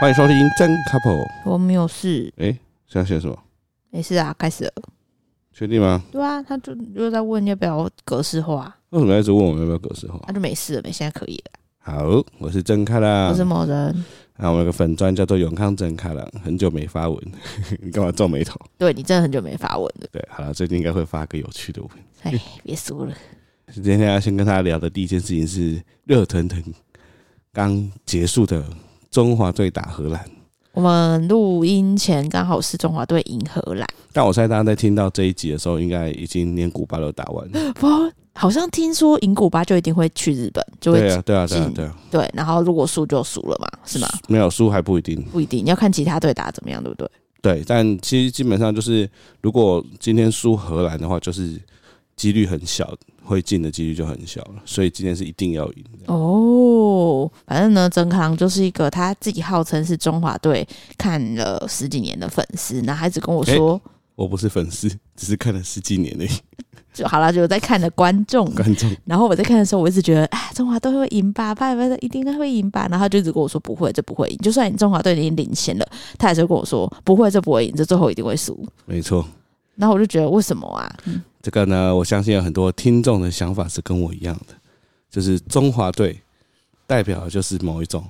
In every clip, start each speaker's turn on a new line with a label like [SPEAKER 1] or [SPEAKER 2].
[SPEAKER 1] 欢迎收听真 couple。
[SPEAKER 2] 我没有事，
[SPEAKER 1] 哎、是要写什么？
[SPEAKER 2] 没事啊，开始了。
[SPEAKER 1] 确定吗？
[SPEAKER 2] 对啊，他就又在问要不要格式化，
[SPEAKER 1] 为什么要一直问我们要不要格式化？
[SPEAKER 2] 那就没事了呗，现在可以了。
[SPEAKER 1] 好，我是真开朗。
[SPEAKER 2] 我是某人，
[SPEAKER 1] 啊，我有个粉专叫做永康真开朗，很久没发文， 你干嘛皱眉头？
[SPEAKER 2] 对你真的很久没发文了，
[SPEAKER 1] 对，好了，最近应该会发个有趣的文。
[SPEAKER 2] 哎，别说了，
[SPEAKER 1] 今天要先跟大家聊的第一件事情是热腾腾刚结束的中华队打荷兰。
[SPEAKER 2] 我们录音前刚好是中华队赢荷兰，
[SPEAKER 1] 但我猜大家在听到这一集的时候，应该已经连古巴都打完 了。
[SPEAKER 2] 不，好像听说赢古巴就一定会去日本，就会
[SPEAKER 1] 对啊，对啊，对啊
[SPEAKER 2] 进，
[SPEAKER 1] 对啊，
[SPEAKER 2] 对然后如果输就输了嘛，是吗？
[SPEAKER 1] 没有输还不一定。
[SPEAKER 2] 不一定，要看其他队打怎么样，对不对？
[SPEAKER 1] 对，啊但其实基本上就是，如果今天输荷兰的话，就是几率很小，会进的几率就很小了。所以今天是一定要赢。
[SPEAKER 2] 哦，反正呢，曾康就是一个他自己号称是中华队看了十几年的粉丝，然后他一直跟我说。
[SPEAKER 1] 我不是粉丝，只是看了十几年的
[SPEAKER 2] 就好啦，就有在看的观众。
[SPEAKER 1] 观众。
[SPEAKER 2] 然后我在看的时候，我一直觉得，哎，中华队会赢吧，拜拜的一定会赢吧。然后他就一直跟我说不会，这不会赢。就算你中华队已经领先了，他还是会跟我说不会，这不会赢，这最后一定会输。
[SPEAKER 1] 没错，
[SPEAKER 2] 然后我就觉得为什么啊？
[SPEAKER 1] 这个呢，我相信有很多听众的想法是跟我一样的，就是中华队代表的就是某一种，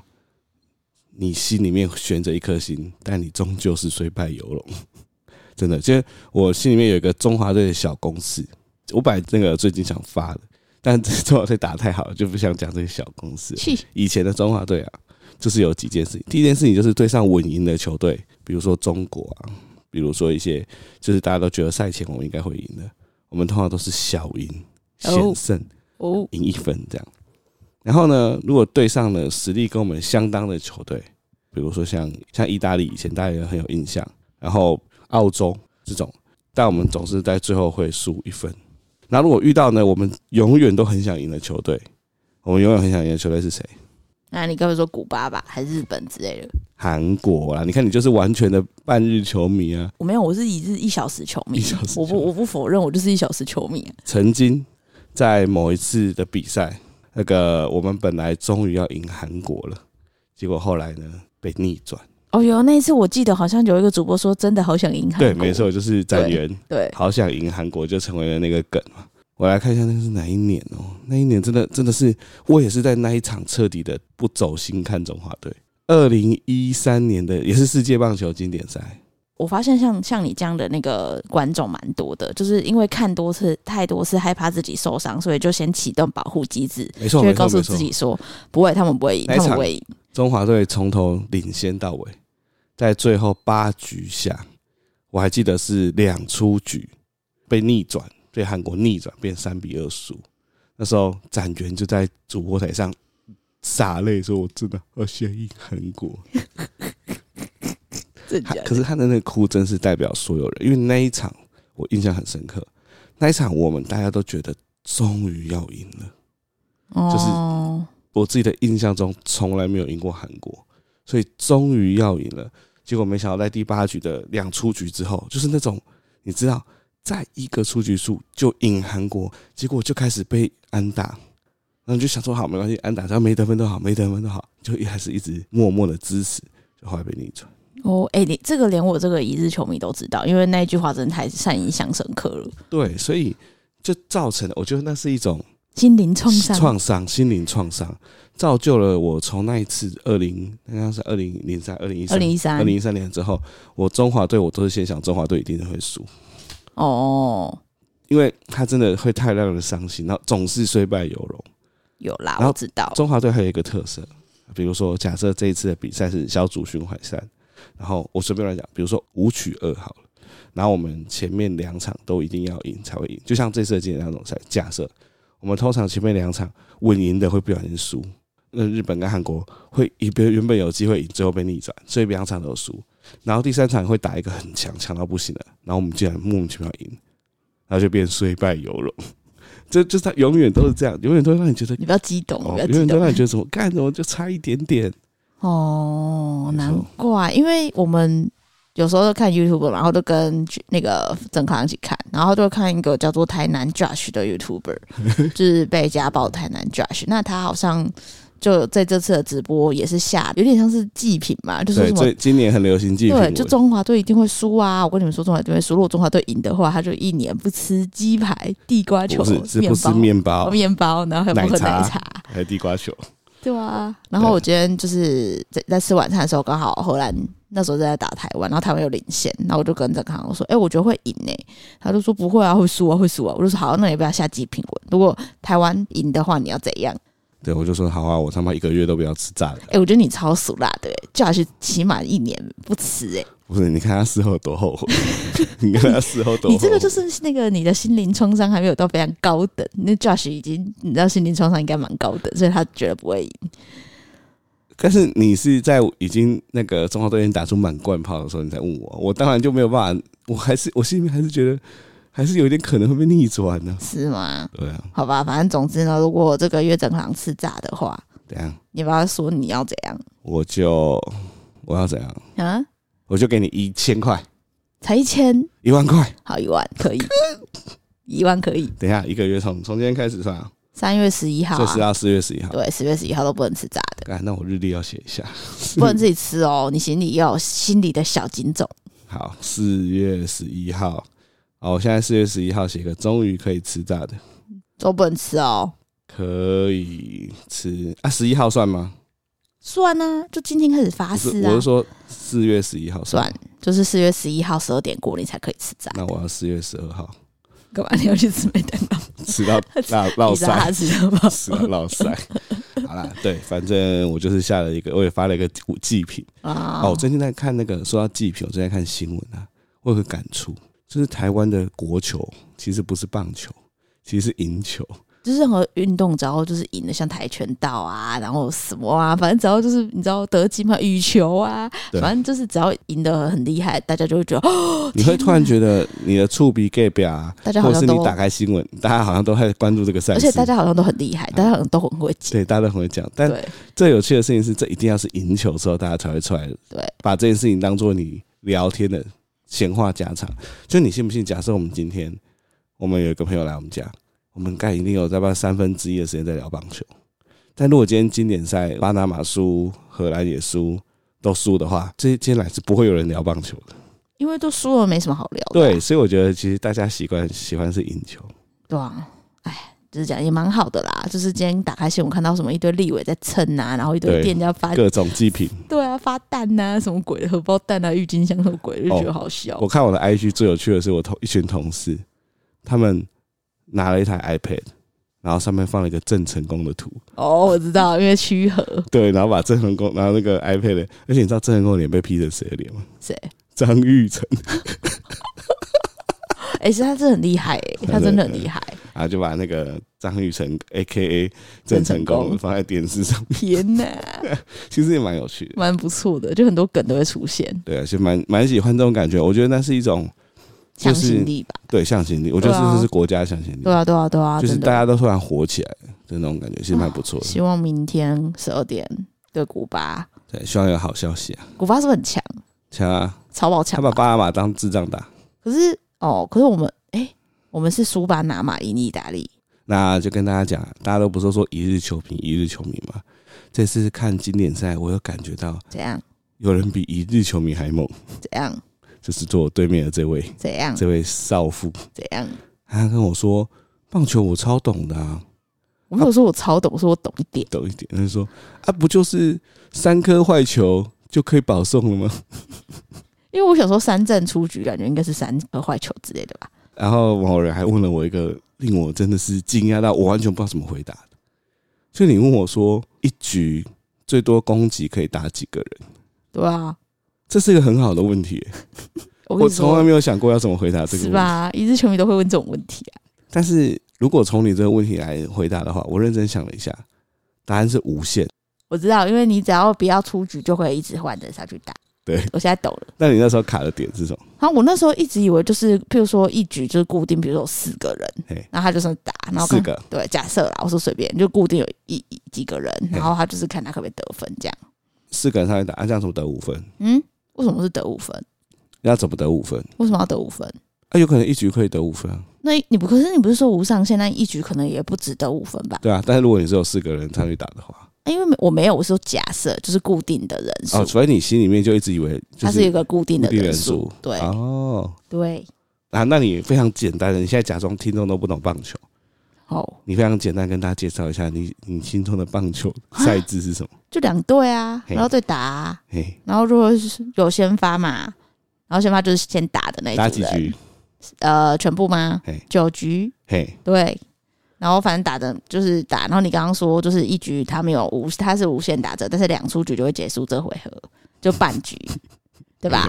[SPEAKER 1] 你心里面悬着一颗心，但你终究是虽败犹荣。 真的，其实我心里面有一个中华队的小公式，我本来那个最近想发的，但中华队打太好了，就不想讲这个小公式了。
[SPEAKER 2] 气
[SPEAKER 1] 以前的中华队啊，就是有几件事情。第一件事情就是对上稳赢的球队，比如说中国啊，比如说一些就是大家都觉得赛前我们应该会赢的，我们通常都是小赢险胜，
[SPEAKER 2] 哦，
[SPEAKER 1] 赢一分这样。然后呢，如果对上了实力跟我们相当的球队，比如说像像意大利，以前大家也很有印象，然后澳洲这种，但我们总是在最后会输一分。那如果遇到呢，我们永远都很想赢的球队，我们永远很想赢的球队是谁？
[SPEAKER 2] 那你刚才说古巴吧，还是日本之类的？
[SPEAKER 1] 韩国啦，你看你就是完全的半日球迷啊！
[SPEAKER 2] 我没有，我是一日一小时球迷
[SPEAKER 1] 一小时球迷
[SPEAKER 2] 我不我不否认，我就是一小时球迷、
[SPEAKER 1] 曾经在某一次的比赛，那个我们本来终于要赢韩国了，结果后来呢被逆转。
[SPEAKER 2] 哦，有那一次我记得好像有一个主播说，真的好想赢韩
[SPEAKER 1] 对，
[SPEAKER 2] 国
[SPEAKER 1] 没，错，就是展元
[SPEAKER 2] 对，
[SPEAKER 1] 好想赢韩国，就成为了那个梗嘛。我来看一下那个是哪一年哦、那一年真的真的是我也是在那一场彻底的不走心看中华队。二零一三年的也是世界棒球经典赛，
[SPEAKER 2] 我发现像像你这样的那个观众蛮多的，就是因为看多次太多次，害怕自己受伤，所以就先启动保护机制，
[SPEAKER 1] 没
[SPEAKER 2] 就
[SPEAKER 1] 错，
[SPEAKER 2] 会
[SPEAKER 1] 没
[SPEAKER 2] 告
[SPEAKER 1] 错，
[SPEAKER 2] 诉
[SPEAKER 1] 没错。
[SPEAKER 2] 自己说不会，他们不会赢，
[SPEAKER 1] 那一
[SPEAKER 2] 他
[SPEAKER 1] 场
[SPEAKER 2] 们不会赢。
[SPEAKER 1] 中华队从头领先到尾，在最后八局下，我还记得是两出局被逆转，被韩国逆转变三比二输。那时候展元就在主播台上洒泪说：“我真的好想赢韩国。
[SPEAKER 2] 真
[SPEAKER 1] 他
[SPEAKER 2] 的”
[SPEAKER 1] 可是他的那个哭真是代表所有人，因为那一场我印象很深刻，那一场我们大家都觉得终于要赢了。就是
[SPEAKER 2] 哦，
[SPEAKER 1] 我自己的印象中从来没有赢过韩国，所以终于要赢了。结果没想到在第八局的两出局之后，就是那种你知道，在一个出局数就赢韩国，结果就开始被安打，然后你就想说好没关系，安打只要没得分都好，没得分都好，就一开始一直默默的支持，就后来被逆转。
[SPEAKER 2] 哦，哎、你这个连我这个一日球迷都知道，因为那一句话真的太善影响深刻了，
[SPEAKER 1] 对，所以就造成了，我觉得那是一种
[SPEAKER 2] 心灵创伤。
[SPEAKER 1] 创伤，心灵创伤，造就了我从那一次二零，那刚是二零零三、二零一
[SPEAKER 2] 二
[SPEAKER 1] 三、
[SPEAKER 2] 零一
[SPEAKER 1] 二
[SPEAKER 2] 三
[SPEAKER 1] 零一三年之后，我中华队我都是先想中华队一定会输，
[SPEAKER 2] 哦，
[SPEAKER 1] 因为他真的会太让人伤心，然后总是虽败犹荣。
[SPEAKER 2] 有啦
[SPEAKER 1] 然，后
[SPEAKER 2] 我知道。
[SPEAKER 1] 中华队还有一个特色，比如说假设这一次的比赛是小组循环赛，然后我随便乱讲，比如说五取二好了，然后我们前面两场都一定要赢才会赢，就像这次的经典那种赛，假设我们通常前面两场稳赢的会不小心输，那日本跟韩国会一边原本有机会赢，最后被逆转，所以两场都输，然后第三场会打一个很强，强到不行的，然后我们竟然莫名其妙赢，然后就变虽败犹荣。 这就是他永远都是这样，永远都会让你觉得
[SPEAKER 2] 你不要激动，你
[SPEAKER 1] 哦
[SPEAKER 2] 不要，
[SPEAKER 1] 有
[SPEAKER 2] 激
[SPEAKER 1] 人都
[SPEAKER 2] 动。
[SPEAKER 1] 让你觉得什么干什么就差一点点，没
[SPEAKER 2] 哦，
[SPEAKER 1] 错
[SPEAKER 2] 难怪，因为我们有时候都看 YouTube，然后都跟那个郑康一起看，然后就看一个叫 做台南 Josh 的 YouTuber，就是被家暴的台南 Josh。那他好像就在这次的直播也是下，有点像是祭品嘛，就是
[SPEAKER 1] 对，
[SPEAKER 2] 什么
[SPEAKER 1] 最今年很流行祭品
[SPEAKER 2] 对，
[SPEAKER 1] 文，
[SPEAKER 2] 就中华队一定会输啊！我跟你们说，中华队会输。如果中华队赢的话，他就一年不吃鸡排、地瓜球
[SPEAKER 1] 不是、是
[SPEAKER 2] 面
[SPEAKER 1] 不吃
[SPEAKER 2] 包、
[SPEAKER 1] 面包
[SPEAKER 2] 哦面包，然后还有不喝
[SPEAKER 1] 奶
[SPEAKER 2] 奶
[SPEAKER 1] 茶
[SPEAKER 2] 茶。
[SPEAKER 1] 还有地瓜 球？
[SPEAKER 2] 对啊，然后我今天就是在在吃晚餐的时候，刚好荷兰那时候正在打台湾，然后台湾有领先，然后我就跟郑康我说：“哎、我觉得会赢诶、他就说：“不会啊，会输啊，会输啊。”我就说：“好，那你不要下鸡评论。如果台湾赢的话，你要怎样
[SPEAKER 1] 对，我就说好啊，我他妈一个月都不要吃炸 的。？”
[SPEAKER 2] 哎、我觉得你超俗辣的、欸，叫他去起码一年不欸吃诶、
[SPEAKER 1] 不是，你看他事后多后 悔，你看他事后多后悔。
[SPEAKER 2] 你这个就是那个你的心灵创伤还没有到非常高等，那 Josh 已经你知道心灵创伤应该蛮高等，所以他觉得不会赢。
[SPEAKER 1] 但是你是在已经那个中华队已经打出满贯炮的时候，你才问我，我当然就没有办法，我还是我心里面还是觉得还是有点可能会被逆转呢、
[SPEAKER 2] 是吗？
[SPEAKER 1] 对啊，
[SPEAKER 2] 好吧，反正总之呢，如果这个月整行吃炸的话，
[SPEAKER 1] 怎样？
[SPEAKER 2] 你不要说你要怎样
[SPEAKER 1] 我就我要怎样？
[SPEAKER 2] 啊？
[SPEAKER 1] 我就给你一千块，
[SPEAKER 2] 才一千，
[SPEAKER 1] 一万块。
[SPEAKER 2] 好一万可以，一万可以。
[SPEAKER 1] 等一下，一个月从从今天开始算啊，
[SPEAKER 2] 三月十一号、
[SPEAKER 1] 所以是
[SPEAKER 2] 啊，
[SPEAKER 1] 到四月十一号。
[SPEAKER 2] 对，十月十一号都不能吃炸的，
[SPEAKER 1] 干，那我日历要写一下。
[SPEAKER 2] 不能自己吃哦。你心里要有心里的小警种，
[SPEAKER 1] 好，四月十一号。好，我现在四月十一号写个，终于可以吃炸的，
[SPEAKER 2] 都不能吃哦。
[SPEAKER 1] 可以吃啊。十一号算吗？
[SPEAKER 2] 算啊，就今天开始发
[SPEAKER 1] 不是
[SPEAKER 2] 誓，啊
[SPEAKER 1] 我是，说四月十一号算吗。
[SPEAKER 2] 算，就是四月十一号十二点过你才可以吃炸。
[SPEAKER 1] 那我要四月十二号
[SPEAKER 2] 干嘛你要去吃麦当劳？
[SPEAKER 1] 吃 到落落
[SPEAKER 2] 你知道他
[SPEAKER 1] 塞，
[SPEAKER 2] 吃什么？
[SPEAKER 1] 吃到落塞。好啦，对，反正我就是下了一个，我也发了一个祭品。
[SPEAKER 2] 啊
[SPEAKER 1] 哦，我最近在看那个，说到祭品，我最近在看新闻啊，我有个感触，就是台湾的国球其实不是棒球，其实是银球。
[SPEAKER 2] 就是任何运动只要就是赢的，像跆拳道啊，然后什么啊，反正只要就是你知道得金嘛，羽球啊，
[SPEAKER 1] 对
[SPEAKER 2] 反正就是只要赢得很厉害，大家就会觉得哦，
[SPEAKER 1] 你会突然觉得你的触鼻 gay 表啊，
[SPEAKER 2] 大家
[SPEAKER 1] 或
[SPEAKER 2] 好
[SPEAKER 1] 者
[SPEAKER 2] 像
[SPEAKER 1] 是
[SPEAKER 2] 都
[SPEAKER 1] 你打开新闻，大家好像都在关注这个赛
[SPEAKER 2] 而
[SPEAKER 1] 事，
[SPEAKER 2] 且大家好像都很厉害，大家好像都很会讲。
[SPEAKER 1] 对大家都很会讲。 但
[SPEAKER 2] 对
[SPEAKER 1] 最有趣的事情是，这一定要是赢球之后，大家才会出来
[SPEAKER 2] 对，
[SPEAKER 1] 把这件事情当做你聊天的闲话家常。就你信不信？假设我们今天我们有一个朋友来我们家，我们该一定有大概三分之一的时间在聊棒球。但如果今天经典赛巴拿马输，荷兰也输，都输的话，这接下来是不会有人聊棒球的。
[SPEAKER 2] 因为都输了没什么好聊的啊、
[SPEAKER 1] 对，所以我觉得其实大家习惯喜欢是赢球。
[SPEAKER 2] 对啊，哎，就是讲也蛮好的啦。就是今天打开新闻看到什么一堆立委在蹭啊，然后一堆
[SPEAKER 1] 对
[SPEAKER 2] 店家发
[SPEAKER 1] 各种祭品。
[SPEAKER 2] 对啊发蛋呐、什么鬼的荷包蛋啊、郁金香什么鬼的，就觉
[SPEAKER 1] 哦
[SPEAKER 2] 得好笑。
[SPEAKER 1] 我看我的 IG 最有趣的是我同一群同事，他们拿了一台 iPad，然后上面放了一个郑成功的图，
[SPEAKER 2] 哦，我知道，因为趋和
[SPEAKER 1] 对，然后把郑成功，然后那个 iPad，的而且你知道郑成功的脸被 P 成谁的脸吗？
[SPEAKER 2] 谁？
[SPEAKER 1] 张玉成
[SPEAKER 2] 哎、其实他真的很厉害、欸，他真的很厉害。
[SPEAKER 1] 然啊后就把那个张玉成 A.K.A 郑成
[SPEAKER 2] 郑成
[SPEAKER 1] 功
[SPEAKER 2] 功
[SPEAKER 1] 放在电视上 面，
[SPEAKER 2] 天哪，
[SPEAKER 1] 其实也蛮有趣的。
[SPEAKER 2] 蛮不错的，就很多梗都会出现，
[SPEAKER 1] 对啊，其实蛮蛮喜欢这种感觉，我觉得那是一种就
[SPEAKER 2] 向
[SPEAKER 1] 是
[SPEAKER 2] 心力吧？
[SPEAKER 1] 对向心力，我觉得
[SPEAKER 2] 对啊
[SPEAKER 1] 这是国家向心力，
[SPEAKER 2] 对啊，对啊，对啊，
[SPEAKER 1] 就是
[SPEAKER 2] 真的
[SPEAKER 1] 大家都突然火起来的那种感觉，其实蛮不错的。
[SPEAKER 2] 希望明天十二点对古巴，
[SPEAKER 1] 对，希望有好消息啊！
[SPEAKER 2] 古巴是不是很强？
[SPEAKER 1] 强啊，
[SPEAKER 2] 超爆
[SPEAKER 1] 他
[SPEAKER 2] 强
[SPEAKER 1] 把
[SPEAKER 2] 吧？
[SPEAKER 1] 巴拿马当智障打，
[SPEAKER 2] 可是哦，可是我们哎、我们是苏巴拿马赢意大利，
[SPEAKER 1] 那就跟大家讲，大家都不是说一日球迷一日球迷嘛。这次看经典赛，我有感觉到
[SPEAKER 2] 怎样
[SPEAKER 1] 有人比一日球迷还猛，
[SPEAKER 2] 怎样
[SPEAKER 1] 就是坐我对面的这位，
[SPEAKER 2] 怎样
[SPEAKER 1] 这位少妇，
[SPEAKER 2] 怎样？
[SPEAKER 1] 他跟我说，棒球我超懂的啊，
[SPEAKER 2] 我没有说我超懂，我说我懂一点。
[SPEAKER 1] 懂一点。他就说啊，不就是三颗坏球就可以保送了吗？
[SPEAKER 2] 因为我想说三阵出局，感觉应该是三个坏球之类的吧。
[SPEAKER 1] 然后某人还问了我一个令我真的是惊讶到我完全不知道怎么回答的，就你问我说一局最多攻击可以打几个人，
[SPEAKER 2] 对啊，
[SPEAKER 1] 这是一个很好的问题耶、
[SPEAKER 2] 我跟
[SPEAKER 1] 我
[SPEAKER 2] 你
[SPEAKER 1] 从来
[SPEAKER 2] 说，
[SPEAKER 1] 没有想过要怎么回答这个
[SPEAKER 2] 是
[SPEAKER 1] 问题。
[SPEAKER 2] 吧？一日球迷都会问这种问题啊。
[SPEAKER 1] 但是如果从你这个问题来回答的话，我认真想了一下，答案是无限。
[SPEAKER 2] 我知道，因为你只要不要出局，就会一直换人上去打。
[SPEAKER 1] 对，
[SPEAKER 2] 我现在懂了。
[SPEAKER 1] 那你那时候卡的点是什么？
[SPEAKER 2] 然后我那时候一直以为就是，譬如说一局就是固定，比如说有四个
[SPEAKER 1] 嘿
[SPEAKER 2] 人，然后他就是打，然后
[SPEAKER 1] 四
[SPEAKER 2] 看
[SPEAKER 1] 个。
[SPEAKER 2] 对，假设啦，我说随便，就固定有一一几个人，
[SPEAKER 1] 嘿
[SPEAKER 2] 然后他就是看他可不可以得分这样。
[SPEAKER 1] 四个人上去打，啊、这样怎么得五分？
[SPEAKER 2] 嗯，为什么是得五分？
[SPEAKER 1] 要怎么得五分？
[SPEAKER 2] 为什么要得五分？
[SPEAKER 1] 啊，有可能一局可以得五分啊，
[SPEAKER 2] 那你不可是你不是说无上限，那一局可能也不止得五分吧？
[SPEAKER 1] 对啊。但是如果你只有四个人上去打的话，
[SPEAKER 2] 因为我没有，我是说假设就是固定的人数，
[SPEAKER 1] 哦，所以你心里面就一直以为就
[SPEAKER 2] 它是一个固定的
[SPEAKER 1] 固定人
[SPEAKER 2] 数
[SPEAKER 1] 数，
[SPEAKER 2] 对、
[SPEAKER 1] 哦
[SPEAKER 2] 对，
[SPEAKER 1] 啊，那你非常简单的，你现在假装听众都不懂棒球，
[SPEAKER 2] 哦，
[SPEAKER 1] 你非常简单跟大家介绍一下你你心中的棒球赛制是什么？
[SPEAKER 2] 就两队啊，
[SPEAKER 1] 嘿
[SPEAKER 2] 然后对打、啊，
[SPEAKER 1] 嘿，
[SPEAKER 2] 然后如果是有先发嘛，然后先发就是先打的那
[SPEAKER 1] 打
[SPEAKER 2] 一组
[SPEAKER 1] 几
[SPEAKER 2] 人，
[SPEAKER 1] 局？
[SPEAKER 2] 呃，全部吗
[SPEAKER 1] 嘿？
[SPEAKER 2] 九局，
[SPEAKER 1] 嘿，
[SPEAKER 2] 对。然后反正打的就是打，然后你刚刚说就是一局他没有无，他是无限打折，但是两出局就会结束这回合，就半局， 对吧？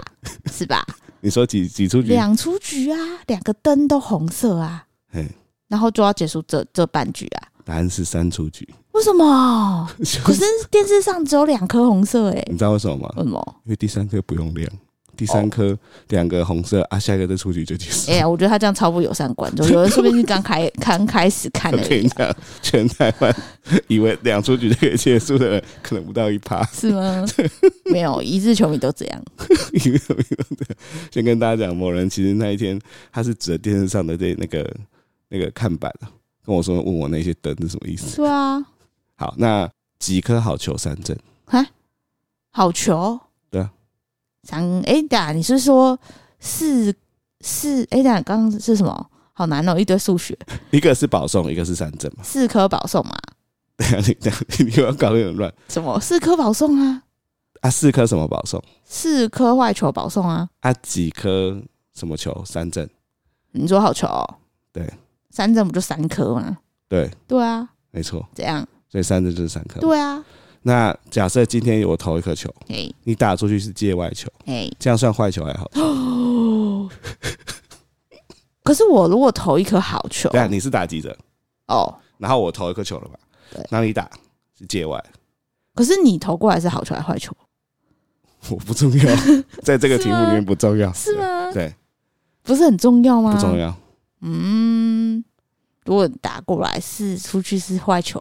[SPEAKER 2] 是吧？
[SPEAKER 1] 你说几几哎出局？
[SPEAKER 2] 两出局啊，两个灯都红色啊
[SPEAKER 1] 嘿，
[SPEAKER 2] 然后就要结束这这半局啊？
[SPEAKER 1] 答案是三出局。
[SPEAKER 2] 为什么？
[SPEAKER 1] 就
[SPEAKER 2] 可是电视上只有两颗红色哎、
[SPEAKER 1] 你知道为什么吗？
[SPEAKER 2] 为什么？
[SPEAKER 1] 因为第三颗不用量，第三颗两个红色啊，下一个再出局就结束
[SPEAKER 2] 哎。呀，我觉得他这样超不友善观众，有人说不定刚开刚开始看
[SPEAKER 1] 我
[SPEAKER 2] 而
[SPEAKER 1] 跟
[SPEAKER 2] 已
[SPEAKER 1] 你讲，全台湾 以为两出局就可以结束的人，可能不到一趴。
[SPEAKER 2] 是吗？没有，一日球迷都这样。
[SPEAKER 1] 因为先跟大家讲，某人其实那一天他是指着电视上的这那个那个看板啊跟我说，问我那些灯是什么意思。
[SPEAKER 2] 对啊，
[SPEAKER 1] 好，那几颗好球三振，
[SPEAKER 2] 好球。
[SPEAKER 1] 对啊。
[SPEAKER 2] 三哎，等下你是说四四？哎，等下刚刚是什么？好难哦，一堆数 学，
[SPEAKER 1] 一个是保送，一个是三振嘛。
[SPEAKER 2] 四颗保送嘛？
[SPEAKER 1] 等一下你等一下你又要搞得有点乱
[SPEAKER 2] 什么？四颗保送啊？
[SPEAKER 1] 啊！四颗什么保送
[SPEAKER 2] 四颗坏球保送啊？
[SPEAKER 1] 啊？几颗什么球三振？
[SPEAKER 2] 你说好球、哦
[SPEAKER 1] 对，
[SPEAKER 2] 三振不就三颗吗？
[SPEAKER 1] 对，
[SPEAKER 2] 对啊，
[SPEAKER 1] 没错，
[SPEAKER 2] 这样
[SPEAKER 1] 所以三振就是三颗。
[SPEAKER 2] 对啊，
[SPEAKER 1] 那假设今天我投一颗球，
[SPEAKER 2] 哎
[SPEAKER 1] 你打出去是界外球，
[SPEAKER 2] 哎，
[SPEAKER 1] 这样算坏球还好？
[SPEAKER 2] 可是我如果投一颗好球，
[SPEAKER 1] 对啊，你是打击者，
[SPEAKER 2] 哦，
[SPEAKER 1] 然后我投一颗球了吧
[SPEAKER 2] 对？
[SPEAKER 1] 那你打是界外，
[SPEAKER 2] 可是你投过来是好球还是坏球？
[SPEAKER 1] 我不重 要，在这个题目里面不重要，
[SPEAKER 2] 是吗？哦
[SPEAKER 1] 对，
[SPEAKER 2] 不是很重要吗？
[SPEAKER 1] 不重。要。
[SPEAKER 2] 嗯，如果打过来是出去是坏球，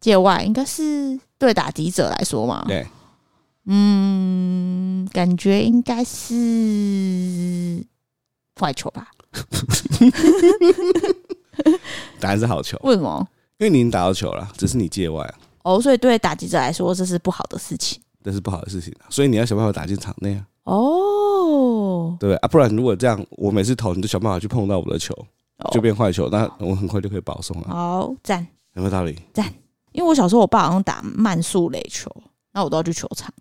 [SPEAKER 2] 界外应该是对打击者来说嘛？
[SPEAKER 1] 对，
[SPEAKER 2] 嗯，感觉应该是坏球吧？
[SPEAKER 1] 答案是好球，
[SPEAKER 2] 为什么？
[SPEAKER 1] 因为你已经打到球了，只是你界外啊，
[SPEAKER 2] 哦，所以对打击者来说这是不好的事情。
[SPEAKER 1] 这是不好的事情啊，所以你要想办法打进场内啊，
[SPEAKER 2] 哦，
[SPEAKER 1] 对不对啊？不然如果这样，我每次投你就想办法去碰到我的球，
[SPEAKER 2] 哦
[SPEAKER 1] 就变坏球，那我很快就可以保送了，
[SPEAKER 2] 好赞。
[SPEAKER 1] 有没有道理？
[SPEAKER 2] 因为我小时候我爸好像打慢速垒球，那我都要去球场，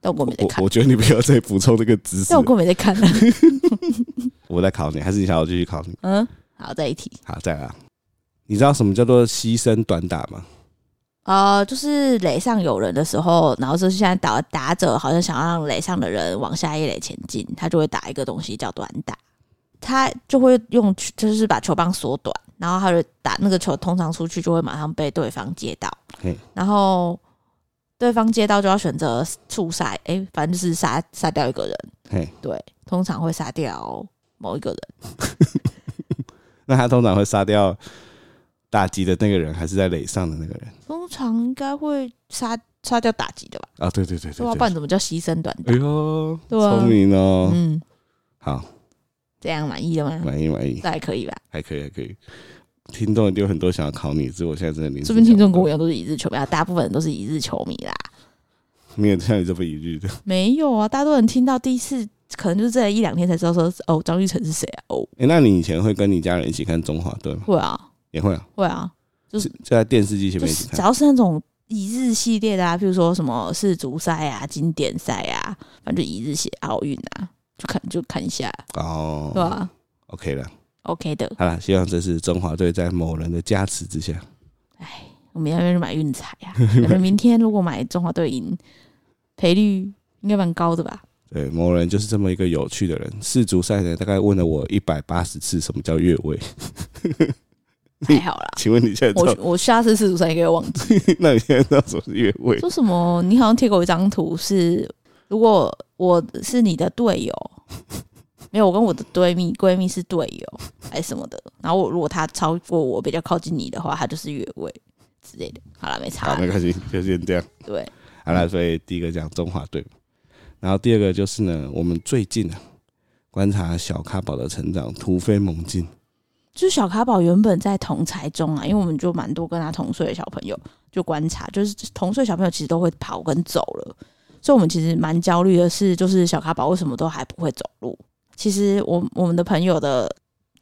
[SPEAKER 2] 但我根本没在
[SPEAKER 1] 我
[SPEAKER 2] 看，
[SPEAKER 1] 我觉得你不要再补充这个知识
[SPEAKER 2] 但我，根本没在看、啊。
[SPEAKER 1] 我在考你，还是你想要继续考你？
[SPEAKER 2] 嗯，好，再一题。
[SPEAKER 1] 好，再来啊。你知道什么叫做牺牲短打吗？
[SPEAKER 2] 呃，就是垒上有人的时候，然后就是现在打打者好像想要让垒上的人往下一垒前进，他就会打一个东西叫短打，他就会用就是把球棒缩短，然后他就打那个球，通常出去就会马上被对方接到
[SPEAKER 1] 嘿，
[SPEAKER 2] 然后对方接到就要选择触杀，哎、反正就是杀杀掉一个
[SPEAKER 1] 嘿
[SPEAKER 2] 人，对，通常会杀掉某一个人，
[SPEAKER 1] 那他通常会杀掉打击的那个人，还是在垒上的那个人？
[SPEAKER 2] 通常应该会杀杀掉打击的吧，
[SPEAKER 1] 啊，对对对对
[SPEAKER 2] 对吧？不
[SPEAKER 1] 对。
[SPEAKER 2] 然怎么叫牺牲短打
[SPEAKER 1] 哎？呦，
[SPEAKER 2] 对啊
[SPEAKER 1] 聪明哦！
[SPEAKER 2] 嗯，
[SPEAKER 1] 好，
[SPEAKER 2] 这样满意了吗？
[SPEAKER 1] 满意满意，
[SPEAKER 2] 这还可以吧？
[SPEAKER 1] 还可以还可以。听众一定有很多想要考你，只是我现在真的临时
[SPEAKER 2] 说不定听众跟我
[SPEAKER 1] 想
[SPEAKER 2] 一样都是一日球迷啊，大部分人都是一日球迷啦。
[SPEAKER 1] 不到没有像你这么一日的。
[SPEAKER 2] 没有啊，大多人听到第一次，可能就是这一两天才知道说，哦，张玉成是谁啊？哦，
[SPEAKER 1] 哎，那你以前会跟你家人一起看中华队吗？
[SPEAKER 2] 会啊，
[SPEAKER 1] 也会啊，
[SPEAKER 2] 会啊，就是
[SPEAKER 1] 是就在电视机前
[SPEAKER 2] 就
[SPEAKER 1] 面一起
[SPEAKER 2] 是只
[SPEAKER 1] 看。
[SPEAKER 2] 要是那种一日系列的啊，譬如说什么世足赛啊、经典赛啊，反正就一日系奥运啊，就看就看一下，
[SPEAKER 1] 哦，
[SPEAKER 2] 对啊
[SPEAKER 1] o k 了，
[SPEAKER 2] o k 的，
[SPEAKER 1] 好了，希望这次中华队在某人的加持之下，
[SPEAKER 2] 我们要不要去买运彩啊？可能明天如果买中华队赢，赔率应该蛮高的 吧？
[SPEAKER 1] 对，某人就是这么一个有趣的人。世足赛呢，大概问了我一百八十次什么叫越位。
[SPEAKER 2] 还好啦，
[SPEAKER 1] 请问你现在知
[SPEAKER 2] 我
[SPEAKER 1] 道？
[SPEAKER 2] 我下次世足赛应该忘记。
[SPEAKER 1] 那你现在知道什么是越位？
[SPEAKER 2] 说什么？你好像贴给我一张图是，如果我是你的队友， 没有，我跟我的闺蜜闺蜜是队友还是什么的，然后我如果她超过我比较靠近你的话，她就是越位之类的。好了，没差
[SPEAKER 1] 好，
[SPEAKER 2] 啦
[SPEAKER 1] 没关系，就先这样。
[SPEAKER 2] 对，
[SPEAKER 1] 好了，所以第一个讲中华队，然后第二个就是呢，我们最近啊观察小咖宝的成长突飞猛进，
[SPEAKER 2] 就是小卡宝原本在同才中啊，因为我们就蛮多跟他同岁的小朋友，就观察，就是同岁小朋友其实都会跑跟走了，所以我们其实蛮焦虑的是，就是小卡宝为什么都还不会走路？其实我我们的朋友的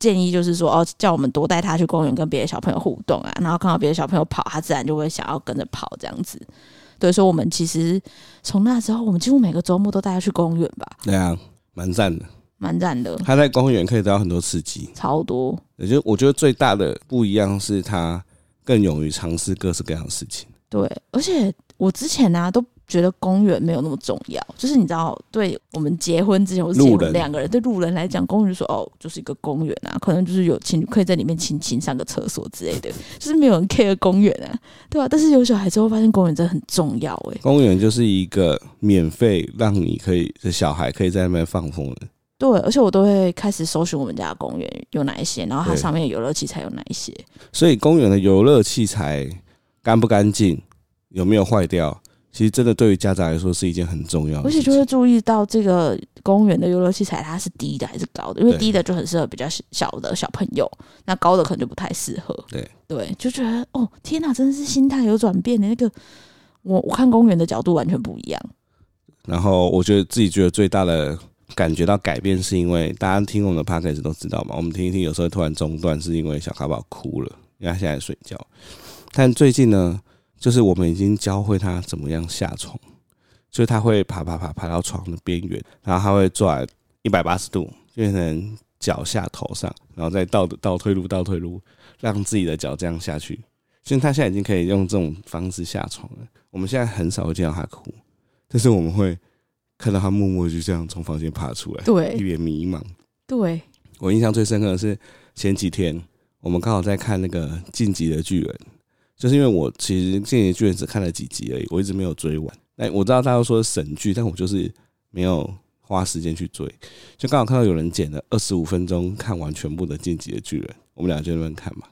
[SPEAKER 2] 建议就是说，哦，叫我们多带他去公园跟别的小朋友互动啊，然后看到别的小朋友跑，他自然就会想要跟着跑这样子。对，所以我们其实从那之后，我们几乎每个周末都带他去公园吧，
[SPEAKER 1] 对啊，蛮赞的。
[SPEAKER 2] 蛮赞的，
[SPEAKER 1] 他在公园可以得到很多刺激，
[SPEAKER 2] 超多。
[SPEAKER 1] 也就我觉得最大的不一样是他更勇于尝试各式各样的事情。
[SPEAKER 2] 对，而且我之前呢、都觉得公园没有那么重要，就是你知道，对我们结婚之前，我是
[SPEAKER 1] 路
[SPEAKER 2] 我们
[SPEAKER 1] 人
[SPEAKER 2] 两个人对路人来讲，公园就说哦，就是一个公园啊，可能就是有情侣可以在里面亲亲、上个厕所之类的，就是没有人 care 公园啊，对吧、但是有小孩之后，发现公园真的很重要哎、
[SPEAKER 1] 公园就是一个免费让你可以的小孩可以在那边放风的，
[SPEAKER 2] 对，而且我都会开始搜寻我们家的公园有哪一些，然后它
[SPEAKER 1] 对
[SPEAKER 2] 上面有游乐器材有哪一些，
[SPEAKER 1] 所以公园的游乐器材干不干净，有没有坏掉，其实真的对于家长来说是一件很重要的
[SPEAKER 2] 而
[SPEAKER 1] 事
[SPEAKER 2] 且就
[SPEAKER 1] 情
[SPEAKER 2] 会。注意到这个公园的游乐器材它是低的还是高的，因为
[SPEAKER 1] 对
[SPEAKER 2] 低的就很适合比较小的小朋友，那高的可能就不太适合。
[SPEAKER 1] 对
[SPEAKER 2] 对，就觉得哦，天哪，真的是心态有转变欸的那个。我我看公园的角度完全不一样，
[SPEAKER 1] 然后我觉得自己觉得最大的感觉到改变，是因为大家听我们的 podcast 都知道嘛，我们听一听有时候会突然中断，是因为小卡宝哭了，因为他现在睡觉。但最近呢，就是我们已经教会他怎么样下床，就是他会爬爬爬爬到床的边缘，然后他会转一百八十度，变成脚下头上，然后再倒倒退路倒退路，让自己的脚这样下去。所以他现在已经可以用这种方式下床了。我们现在很少会见到他哭，但是我们会看到他默默就这样从房间爬出来，一
[SPEAKER 2] 对
[SPEAKER 1] 脸迷茫。
[SPEAKER 2] 对，
[SPEAKER 1] 我印象最深刻的是前几天我们刚好在看那个《晋级的巨人》，就是因为我其实《晋级的巨人》只看了几集而已，我一直没有追完。那我知道大家都说是神剧，但我就是没有花时间去追，就刚好看到有人剪了二十五分钟看完全部的《晋级的巨人》，我们俩就在那边看嘛，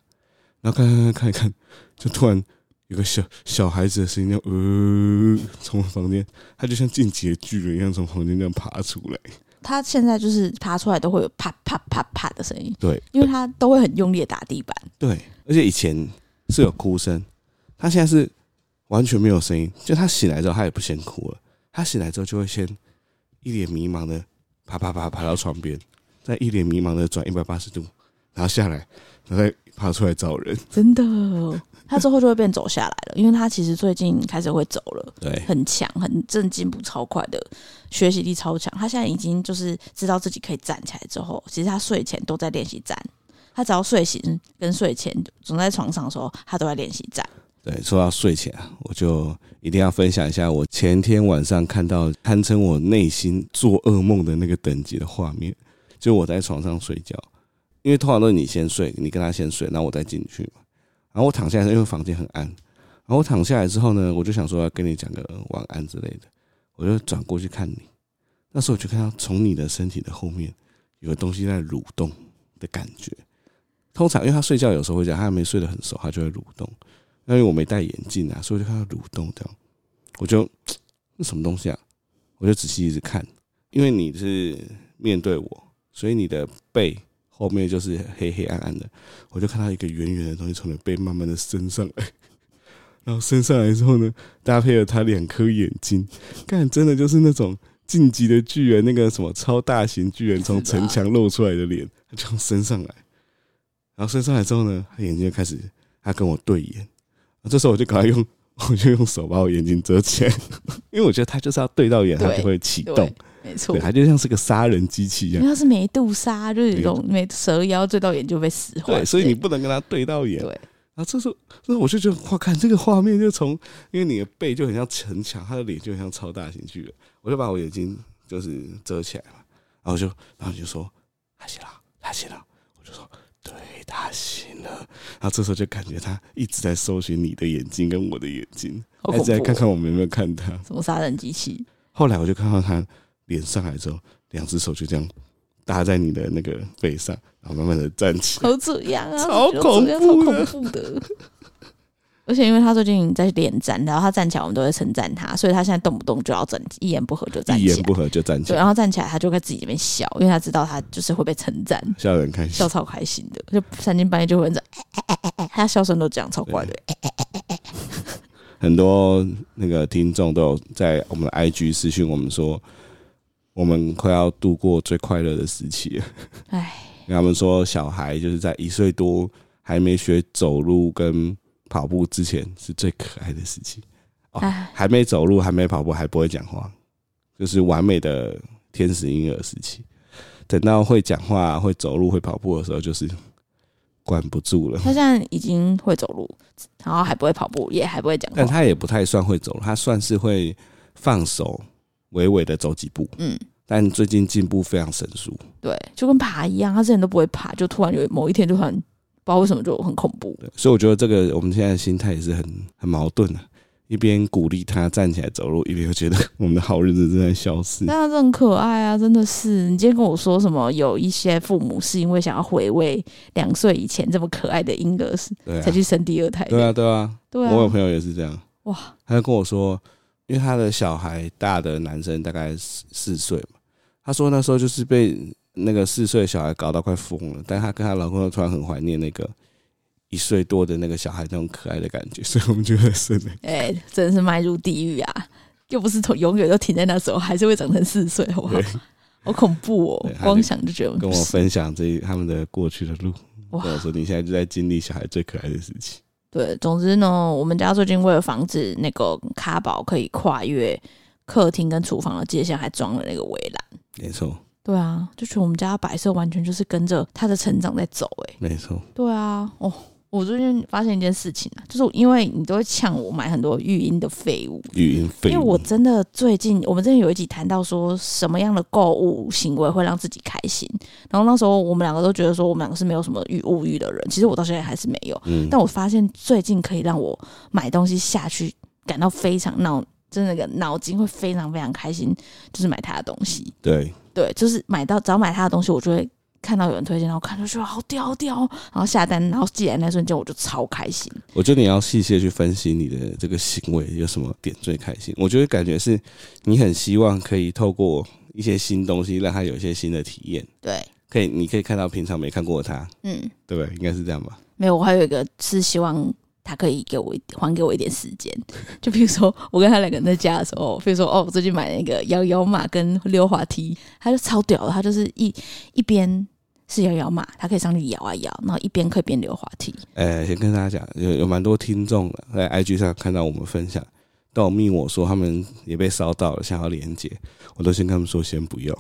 [SPEAKER 1] 然后看看看看一看，就突然。有个小小孩子的声音，这样呃，从我房间，他就像晋级的巨人一样从房间这样爬出来。
[SPEAKER 2] 他现在就是爬出来都会有啪啪啪啪的声音，
[SPEAKER 1] 对，
[SPEAKER 2] 因为他都会很用力的打地板。
[SPEAKER 1] 对，而且以前是有哭声，他现在是完全没有声音。就他醒来之后，他也不先哭了，他醒来之后就会先一脸迷茫的爬爬爬爬到床边，再一脸迷茫的转一百八十度，然后下来，然后再爬出来找人。
[SPEAKER 2] 真的，他之后就会变走下来了，因为他其实最近开始会走了，
[SPEAKER 1] 对
[SPEAKER 2] 很强，很正进步超快的，学习力超强。他现在已经就是知道自己可以站起来之后，其实他睡前都在练习站，他只要睡醒跟睡前总在床上的时候，他都在练习站。
[SPEAKER 1] 对，说到睡前啊，我就一定要分享一下我前天晚上看到堪称我内心做噩梦的那个等级的画面，就我在床上睡觉，因为通常都是你先睡，你跟他先睡，然后我再进去嘛。然后我躺下来，因为房间很暗，然后我躺下来之后呢，我就想说要跟你讲个晚安之类的，我就转过去看你，那时候我就看到从你的身体的后面有个东西在蠕动的感觉。通常因为他睡觉有时候会讲，他还没睡得很熟，他就会蠕动。那因为我没戴眼镜啊，所以我就看到蠕动这样，我就那什么东西啊？我就仔细一直看，因为你是面对我，所以你的背后面就是黑黑暗暗的，我就看到一个圆圆的东西从你背慢慢的升上来， 然后升上来之后呢，搭配了他两颗眼睛，看真的就是那种晋级的巨人那个什么超大型巨人从城墙露出来的脸，他这样升上来，然后升上来之后呢，他眼睛就开始他跟我对眼，然后这时候我就赶快用。 我就用手把我眼睛遮起来， 因为我觉得他就是要对到眼，他
[SPEAKER 2] 对
[SPEAKER 1] 就会启动。
[SPEAKER 2] 对，没错
[SPEAKER 1] 对，。它就像是个杀人机器一
[SPEAKER 2] 因
[SPEAKER 1] 样
[SPEAKER 2] 为。他是梅杜莎，就是有一
[SPEAKER 1] 对
[SPEAKER 2] 种梅蛇妖最到眼就被使唤之类的，
[SPEAKER 1] 对，所以你不能跟它对到眼。
[SPEAKER 2] 对
[SPEAKER 1] 然后这时候，这时候我就觉得，哇，看这个画面就从，因为你的背就很像城墙，他的脸就很像超大型巨人，我就把我眼睛就是遮起来嘛，然后我就，然后你就说他醒了，他醒了，我就说对，他醒了。然后这时候就感觉他一直在搜寻你的眼睛跟我的眼睛，
[SPEAKER 2] 好
[SPEAKER 1] 他一
[SPEAKER 2] 恐
[SPEAKER 1] 直在哎
[SPEAKER 2] 怖、哦
[SPEAKER 1] 看看我们有没有看他。
[SPEAKER 2] 什么杀人机器，
[SPEAKER 1] 后来我就看到他脸上来之后，两只手就这样搭在你的那个背上，然后慢慢的站起来。
[SPEAKER 2] 好这样啊，
[SPEAKER 1] 超
[SPEAKER 2] 我觉得这样
[SPEAKER 1] 恐怖
[SPEAKER 2] 超
[SPEAKER 1] 的
[SPEAKER 2] 恐怖的。 而且因为他最近在练站，然后他站起来，我们都会称赞他，所以他现在动不动就要站，一言不合就站
[SPEAKER 1] 一
[SPEAKER 2] 起
[SPEAKER 1] 言
[SPEAKER 2] 来。
[SPEAKER 1] 不合就站起
[SPEAKER 2] 对，
[SPEAKER 1] 来，
[SPEAKER 2] 然后站起来，他就在自己那边笑，因为他知道他就是会被称赞，
[SPEAKER 1] 笑得很开心
[SPEAKER 2] 笑。超开心的，就三更半夜就会这样，哎哎哎哎哎，他笑声都这样，超怪的。
[SPEAKER 1] 很多那个听众都有在我们的 IG 私讯我们说，我们快要度过最快乐的时期了。
[SPEAKER 2] 哎，
[SPEAKER 1] 因为他们说，小孩就是在一岁多还没学走路跟跑步之前是最可爱的时期，
[SPEAKER 2] 哎，
[SPEAKER 1] 还没走路、还没跑步、还不会讲话，就是完美的天使婴儿时期。等到会讲话、会走路、会跑步的时候，就是管不住了。
[SPEAKER 2] 他现在已经会走路，然后还不会跑步，也还不会讲
[SPEAKER 1] 但
[SPEAKER 2] 话。
[SPEAKER 1] 他也不太算会走，他算是会放手，微微的走几步。
[SPEAKER 2] 嗯，
[SPEAKER 1] 但最近进步非常神速，
[SPEAKER 2] 对，就跟爬一样，他之前都不会爬，就突然有某一天就突然不知道为什么就很恐怖。
[SPEAKER 1] 对所以我觉得这个我们现在的心态也是很很矛盾的、啊一边鼓励他站起来走路，一边又觉得我们的好日子正在消失。
[SPEAKER 2] 但他真的很可爱啊，真的是。你今天跟我说什么？有一些父母是因为想要回味两岁以前这么可爱的婴儿时，
[SPEAKER 1] 对啊
[SPEAKER 2] 才，去生第二胎。
[SPEAKER 1] 对啊，对啊。
[SPEAKER 2] 对啊，
[SPEAKER 1] 我有朋友也是这样，
[SPEAKER 2] 哇，
[SPEAKER 1] 他就跟我说，因为他的小孩大的男生大概四四岁嘛，他说那时候就是被那个四岁的小孩搞到快疯了，但他跟她老公又突然很怀念那个一岁多的那个小孩那种可爱的感觉， 所以我们觉得是那个
[SPEAKER 2] 哎、真的是迈入地狱啊！又不是从永远都停在那时候，还是会长成四岁，好不好
[SPEAKER 1] 对？
[SPEAKER 2] 好恐怖哦
[SPEAKER 1] 对！他就
[SPEAKER 2] 光想就觉得
[SPEAKER 1] 跟我分享这他们的过去的路，
[SPEAKER 2] 哇
[SPEAKER 1] 跟我说你现在就在经历小孩最可爱的事情。
[SPEAKER 2] 对，总之呢，我们家最近为了防止那个卡宝可以跨越客厅跟厨房的界限，还装了那个围栏。
[SPEAKER 1] 没错，
[SPEAKER 2] 对啊，就觉得我们家摆设完全就是跟着他的成长在走、哎，
[SPEAKER 1] 没错，
[SPEAKER 2] 对啊，哦，我最近发现一件事情啊，就是因为你都会呛我买很多育婴的废物，
[SPEAKER 1] 语音废
[SPEAKER 2] 因为
[SPEAKER 1] 物
[SPEAKER 2] 我真的最近，我们之前有一集谈到说什么样的购物行为会让自己开心，然后那时候我们两个都觉得说我们两个是没有什么欲物欲的人，其实我到现在还是没有，
[SPEAKER 1] 嗯，
[SPEAKER 2] 但我发现最近可以让我买东西下去感到非常脑，真的那个脑筋会非常非常开心，就是买他的东西，
[SPEAKER 1] 对，
[SPEAKER 2] 对，就是买到只要买他的东西，我就会。看到有人推荐，然后看就觉得好屌好屌哦，然后下单，然后寄来那瞬间我就超开心。
[SPEAKER 1] 我觉得你要细细地去分析你的这个行为有什么点最开心。我觉得感觉是你很希望可以透过一些新东西，让他有一些新的体验，
[SPEAKER 2] 对，
[SPEAKER 1] 可以你可以看到平常没看过的他，
[SPEAKER 2] 嗯，
[SPEAKER 1] 对不对？应该是这样吧？
[SPEAKER 2] 没有，我还有一个是希望他可以给我一还给我一点时间。 就比如说，我跟他两个人在家的时候，比如说哦，我最近买了一个摇摇马跟溜滑梯，他就超屌的，他就是一一边是摇摇马，他可以上去摇啊摇，然后一边可以边溜滑梯。
[SPEAKER 1] 呃，先跟大家讲，有有蛮多听众的在 IG 上看到我们分享，都有密我说他们也被烧到了，想要连接，我都先跟他们说先不用，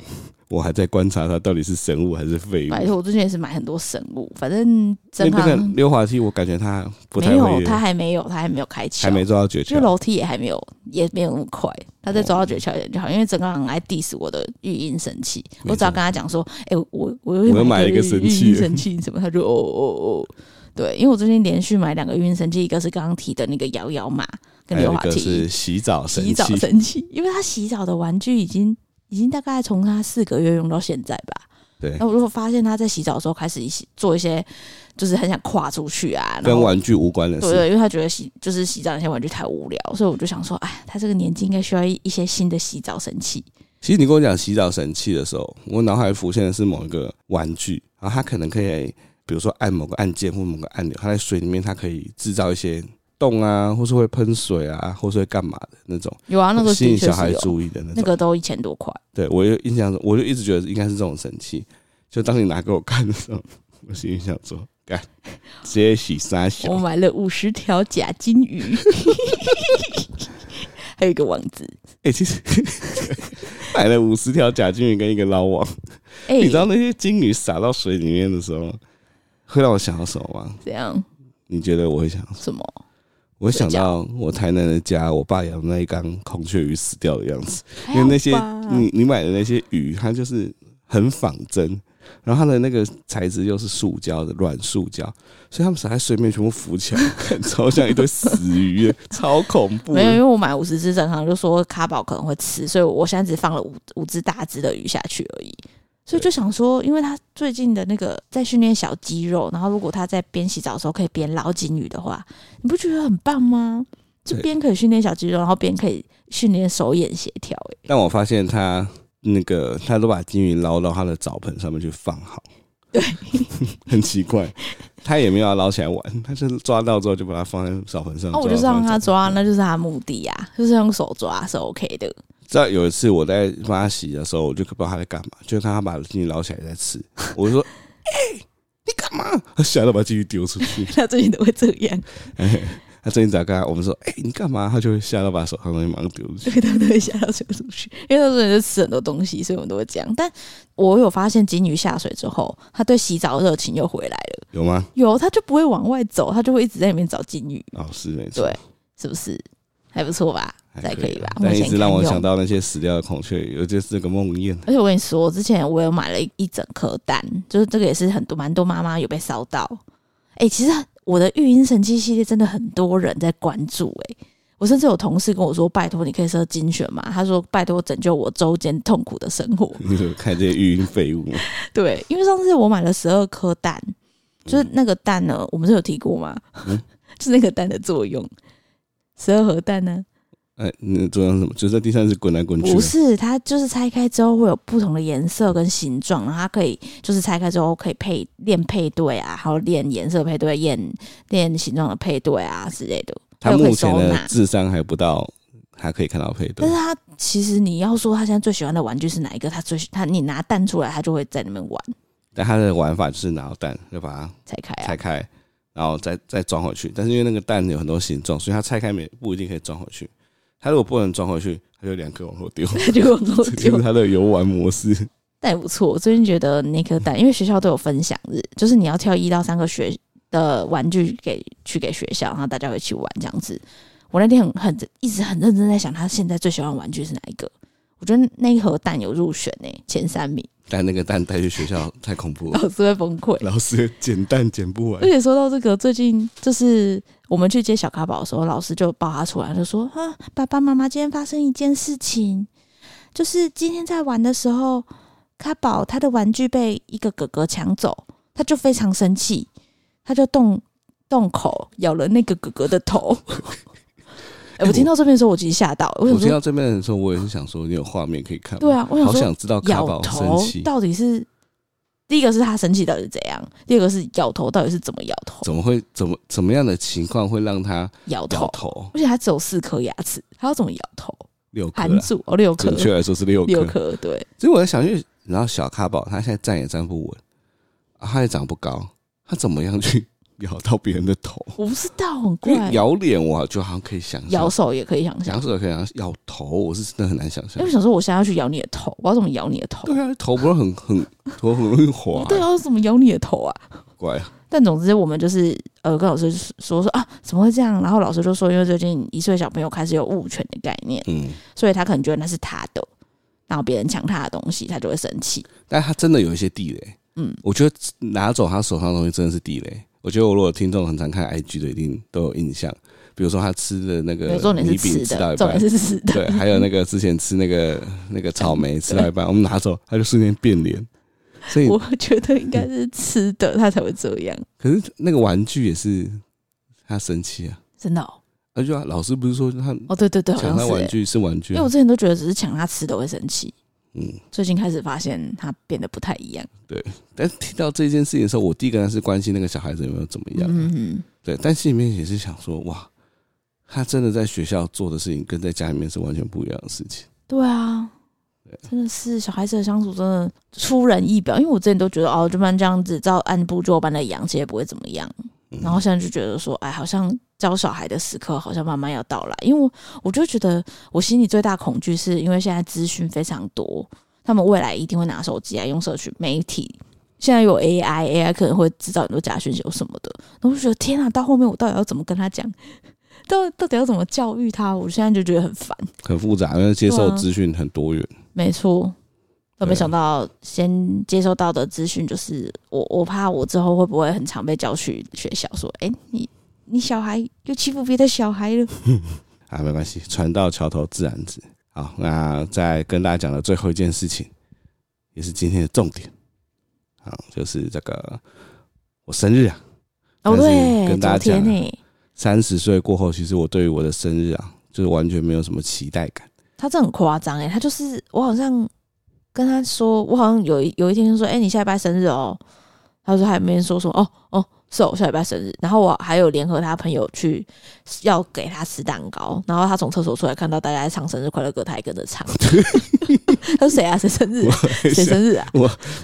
[SPEAKER 1] 我还在观察他到底是神物还是废物。
[SPEAKER 2] 拜托，我最近也是买很多神物，反正
[SPEAKER 1] 因为
[SPEAKER 2] 真
[SPEAKER 1] 哎那个
[SPEAKER 2] 航
[SPEAKER 1] 溜滑梯，我感觉他不太
[SPEAKER 2] 没有，
[SPEAKER 1] 会，
[SPEAKER 2] 他还没有，他还没有啊开窍，
[SPEAKER 1] 还没做到诀
[SPEAKER 2] 就
[SPEAKER 1] 窍。
[SPEAKER 2] 楼梯也还没有，也没有那么快。他在走到诀窍点就好，因为整个很爱 diss 我的育婴神器。
[SPEAKER 1] 没
[SPEAKER 2] 我只要
[SPEAKER 1] 错
[SPEAKER 2] 跟他讲说，哎、我我
[SPEAKER 1] 我又
[SPEAKER 2] 又
[SPEAKER 1] 买了一个
[SPEAKER 2] 育
[SPEAKER 1] 神
[SPEAKER 2] 育
[SPEAKER 1] 器
[SPEAKER 2] 婴神器什么，他就哦哦哦，对，因为我最近连续买两个育婴神器，一个是刚刚提的那个摇摇马跟
[SPEAKER 1] 还
[SPEAKER 2] 溜
[SPEAKER 1] 有一
[SPEAKER 2] 滑
[SPEAKER 1] 个是
[SPEAKER 2] 梯，
[SPEAKER 1] 洗澡神
[SPEAKER 2] 洗澡
[SPEAKER 1] 器，
[SPEAKER 2] 神器，因为他洗澡的玩具已经已经大概从他四个月用到现在吧。
[SPEAKER 1] 对
[SPEAKER 2] 那，我如果发现他在洗澡的时候开始一起做一些，就是很想跨出去啊，然
[SPEAKER 1] 跟
[SPEAKER 2] 后
[SPEAKER 1] 玩具无关的
[SPEAKER 2] 对
[SPEAKER 1] 事。
[SPEAKER 2] 对，因为他觉得洗就是洗澡那些玩具太无聊，所以我就想说，哎，他这个年纪应该需要一一些新的洗澡神器。
[SPEAKER 1] 其实你跟我讲洗澡神器的时候，我脑海浮现的是某一个玩具，然后它可能可以，比如说按某个按键或某个按钮，它在水里面它可以制造一些洞啊，或是会喷水啊，或是会干嘛的那种，
[SPEAKER 2] 有啊，那个
[SPEAKER 1] 吸
[SPEAKER 2] 的
[SPEAKER 1] 引
[SPEAKER 2] 确
[SPEAKER 1] 小孩
[SPEAKER 2] 是有，
[SPEAKER 1] 注意的那
[SPEAKER 2] 那
[SPEAKER 1] 种。
[SPEAKER 2] 个都一千多块。
[SPEAKER 1] 对我有印象中，我就一直觉得应该是这种神器。就当你拿给我看的时候，我心里想说，干，直接洗沙小
[SPEAKER 2] 我。买了五十条假金鱼， 还有一个网子。
[SPEAKER 1] 哎、其实 买了五十条假金鱼跟一个捞网，
[SPEAKER 2] 哎、
[SPEAKER 1] 你知道那些金鱼撒到水里面的时候，会让我想到什么吗？
[SPEAKER 2] 哎怎样？
[SPEAKER 1] 你觉得我会想？
[SPEAKER 2] 什么？
[SPEAKER 1] 我会想到我台南的家，我爸养那一缸孔雀鱼死掉的样子，因
[SPEAKER 2] 还
[SPEAKER 1] 为
[SPEAKER 2] 哎好
[SPEAKER 1] 那些嗯
[SPEAKER 2] 吧
[SPEAKER 1] 你你买的那些鱼，它就是很仿真。然后它的那个材质又是塑胶的软塑胶，所以它们撒在水面全部浮起来， 看超像一堆死鱼 的，超恐怖的。
[SPEAKER 2] 没有，因为我买五十只正常，就说卡宝可能会吃，所以我现在只放了五五只大只的鱼下去而已。所以就想说，因为他最近的那个在训练小肌肉，然后如果他在边洗澡的时候可以边捞金鱼的话，你不觉得很棒吗？就
[SPEAKER 1] 对
[SPEAKER 2] 边可以训练小肌肉，然后边可以训练手眼协调、欸。
[SPEAKER 1] 但我发现他那个 他都把金鱼捞到他的澡盆上面去放好，对，很奇怪。他也没有要捞起来玩，他就是抓到之后就把它放在手盆上。
[SPEAKER 2] 哦那、我就是
[SPEAKER 1] 抓到
[SPEAKER 2] 让
[SPEAKER 1] 放在
[SPEAKER 2] 他
[SPEAKER 1] 手
[SPEAKER 2] 抓，那就是他目的啊，就是用手抓是 OK 的。
[SPEAKER 1] 知道有一次我在帮他洗的时候，我就不知道他在干嘛，就看他把金鱼捞起来在吃，我就说：“哎、你干嘛？”他吓到把金鱼丢出去。
[SPEAKER 2] 他最近都会这样，
[SPEAKER 1] 他最近只要跟他我们说：“哎、你干嘛？”他就会吓到把手上的东西马上丢出去。
[SPEAKER 2] 所以他们都会吓到水出去， 因为他说人就吃很多东西，所以我们都会这样。但我有发现，金鱼下水之后，他对洗澡的热情又回来了，
[SPEAKER 1] 有吗？
[SPEAKER 2] 有他就不会往外走，他就会一直在里面找金鱼，
[SPEAKER 1] 哦，是没错，
[SPEAKER 2] 对，是不是？还不错吧，
[SPEAKER 1] 还啊
[SPEAKER 2] 还可以吧。
[SPEAKER 1] 但
[SPEAKER 2] 目
[SPEAKER 1] 一
[SPEAKER 2] 前
[SPEAKER 1] 直让我
[SPEAKER 2] 堪用
[SPEAKER 1] 想到那些死掉的孔雀，尤其是那个梦魇。
[SPEAKER 2] 而且我跟你说，我之前我有买了一一整颗蛋，就是这个也是很多蛮多妈妈有被烧到。哎、其实我的育婴神器系列真的很多人在关注、欸，我甚至有同事跟我说：“拜托，你可以设精选嘛？”他说：“拜托，拯救我周间痛苦的生活。
[SPEAKER 1] 你有看这些育婴废物吗？”
[SPEAKER 2] 对，因为上次我买了十二颗蛋，就是那个蛋呢，我们是有提过吗？
[SPEAKER 1] 嗯
[SPEAKER 2] 就是那个蛋的作用，十二盒蛋呢，
[SPEAKER 1] 哎、你做成什么？就是在地上是滚来滚去啊
[SPEAKER 2] 不。是，它就是拆开之后会有不同的颜色跟形状，然后它可以就是拆开之后可以配练配对啊，还有练颜色配对、练练形状的配对啊之类的。
[SPEAKER 1] 他
[SPEAKER 2] 又可以
[SPEAKER 1] 目前
[SPEAKER 2] 收
[SPEAKER 1] 的
[SPEAKER 2] 纳
[SPEAKER 1] 智商还不到，他可以看到配对
[SPEAKER 2] 但是。它其实你要说它现在最喜欢的玩具是哪一个，它最它你拿蛋出来，它就会在那边玩
[SPEAKER 1] 但他的玩法就是拿到蛋就把它
[SPEAKER 2] 拆开啊
[SPEAKER 1] 拆。开，然后再再装回去。但是因为那个蛋有很多形状，所以它拆开没不一定可以装回去。它如果不能装回去，它就两颗往后 丢，
[SPEAKER 2] 结果漏
[SPEAKER 1] 这就
[SPEAKER 2] 丢
[SPEAKER 1] 是，它的游玩模式。
[SPEAKER 2] 但也不错。我最近觉得那颗蛋，因为学校都有分享日，就是你要挑一到三个学的玩具给去给学校，然后大家会一起玩这样子。我那天很很一直很认真在想，他现在最喜欢的玩具是哪一个？我觉得那一盒蛋有入选呢、欸前三名，
[SPEAKER 1] 但那个蛋带去学校太恐 怖了，
[SPEAKER 2] 老师会崩溃。
[SPEAKER 1] 老师捡蛋捡不完
[SPEAKER 2] 而。且说到这个，最近就是我们去接小卡宝的时候，老师就抱他出来，就说：“啊，爸爸妈妈今天发生一件事情，就是今天在玩的时候，卡宝他的玩具被一个哥哥抢走，他就非常生气，他就动动口咬了那个哥哥的头。哎，我听到这边的时候，我其实吓到了，我
[SPEAKER 1] 我
[SPEAKER 2] 想
[SPEAKER 1] 听到
[SPEAKER 2] 说，
[SPEAKER 1] 这边的时候，我也是想说，你有画面可以看吗？
[SPEAKER 2] 对啊，我想
[SPEAKER 1] 好
[SPEAKER 2] 说，
[SPEAKER 1] 想知道卡
[SPEAKER 2] 咬
[SPEAKER 1] 宝生
[SPEAKER 2] 头
[SPEAKER 1] 气
[SPEAKER 2] 到底是第一个是他生气到底是怎样，第二个是咬头到底是怎么咬头，
[SPEAKER 1] 怎么会怎么怎么样的情况会让他
[SPEAKER 2] 咬头
[SPEAKER 1] 咬。头
[SPEAKER 2] 而且它只有四颗牙齿，它要怎么咬头？
[SPEAKER 1] 六啊颗
[SPEAKER 2] 含
[SPEAKER 1] 啦？
[SPEAKER 2] 住哦，六颗
[SPEAKER 1] 准，确来说是六颗
[SPEAKER 2] 六。颗，对，
[SPEAKER 1] 所以我在想，因为然后小卡宝他现在站也站不稳，啊他也长不高，他怎么样去 咬到别人的头？
[SPEAKER 2] 我不知道，很
[SPEAKER 1] 因为
[SPEAKER 2] 怪。
[SPEAKER 1] 咬脸我就好像可以想
[SPEAKER 2] 咬
[SPEAKER 1] 象，
[SPEAKER 2] 手也可以想象，
[SPEAKER 1] 咬手也可以想象，咬头我是真的很难想
[SPEAKER 2] 因
[SPEAKER 1] 象
[SPEAKER 2] 为。想哎说我现在要去咬你的头，我要怎么咬你的头？
[SPEAKER 1] 对啊，头不是很 很头很容易滑
[SPEAKER 2] 哦，对啊，我要怎么咬你的头啊？
[SPEAKER 1] 怪啊
[SPEAKER 2] 但总之，我们就是呃，跟老师说说啊，怎么会这样？然后老师就说，因为最近一岁小朋友开始有物权的概念，
[SPEAKER 1] 嗯。
[SPEAKER 2] 所以他可能觉得那是他的，然后别人抢他的东西，他就会生气。
[SPEAKER 1] 但他真的有一些地雷，
[SPEAKER 2] 嗯，
[SPEAKER 1] 我觉得拿走他手上的东西真的是地雷。我觉得我如果听众很常看 IG 的，一定都有印象。比如说他吃的那个
[SPEAKER 2] 有重点是
[SPEAKER 1] 米饼
[SPEAKER 2] 吃
[SPEAKER 1] 吃到
[SPEAKER 2] 的，
[SPEAKER 1] 一
[SPEAKER 2] 重
[SPEAKER 1] 半
[SPEAKER 2] 点，是吃 的，
[SPEAKER 1] 对，还有那个之前吃那个那个草莓吃到一半，我们拿走，它就瞬间变脸。所以，
[SPEAKER 2] 我觉得应该是吃的，他才会这样，
[SPEAKER 1] 可是那个玩具也是他生气啊。
[SPEAKER 2] 真的哦。
[SPEAKER 1] 而且老师不是说他
[SPEAKER 2] 哦，对对对，好
[SPEAKER 1] 抢
[SPEAKER 2] 像
[SPEAKER 1] 他
[SPEAKER 2] 是、欸
[SPEAKER 1] 玩。具是玩具
[SPEAKER 2] 因为
[SPEAKER 1] 啊，
[SPEAKER 2] 我之前都觉得只是抢他吃的会生气，
[SPEAKER 1] 嗯。
[SPEAKER 2] 最近开始发现他变得不太一样。
[SPEAKER 1] 但是听到这件事情的时候，我第一个呢是关心那个小孩子有没有怎么样，啊
[SPEAKER 2] 嗯，
[SPEAKER 1] 对，但心里面也是想说，哇，他真的在学校做的事情跟在家里面是完全不一样的事情。
[SPEAKER 2] 对啊，真的是小孩子的相处真的出人意表。因为我之前都觉得哦，就般这样子，照按部就班的养，其实也不会怎么样。
[SPEAKER 1] 嗯
[SPEAKER 2] 然后现在就觉得说，哎，好像教小孩的时刻好像慢慢要到来。因为我我就觉得我心里最大恐惧是因为现在资讯非常多，他们未来一定会拿手机来用社群媒体。现在有 AI，AI 可能会知道很多假讯息有什么的，然后我就觉得天啊，到后面我到底要怎么跟他讲？ 到到底要怎么教育他？我现在就觉得很烦。
[SPEAKER 1] 很复杂，因为接
[SPEAKER 2] 对
[SPEAKER 1] 受
[SPEAKER 2] 啊
[SPEAKER 1] 资讯很多元，
[SPEAKER 2] 没错，我
[SPEAKER 1] 对啊
[SPEAKER 2] 没想到先接收到的资讯就是我，我怕我之后会不会很常被叫去学校说，哎、你你小孩又欺负别的小孩了。
[SPEAKER 1] 啊，没关系，船到桥头自然直。好，那再跟大家讲的最后一件事情，也是今天的重点，好，就是这个我生日啊，但
[SPEAKER 2] 哦，
[SPEAKER 1] 是
[SPEAKER 2] 对，
[SPEAKER 1] 跟大家
[SPEAKER 2] 昨
[SPEAKER 1] 讲
[SPEAKER 2] 天
[SPEAKER 1] 啊
[SPEAKER 2] 呢、
[SPEAKER 1] 三十岁过后，其实我对于我的生日啊，就是完全没有什么期待感。
[SPEAKER 2] 他这很夸张哎，他就是我好像跟他说，我好像有一有一天就说，哎、你下礼拜生日哦，他说还没说说，哦哦，是我下礼拜生日，然后我还有联合他朋友去要给他吃蛋糕，然后他从厕所出来看到大家在唱生日快乐歌，他还跟着 唱。他说谁啊？谁生日啊？谁生日啊？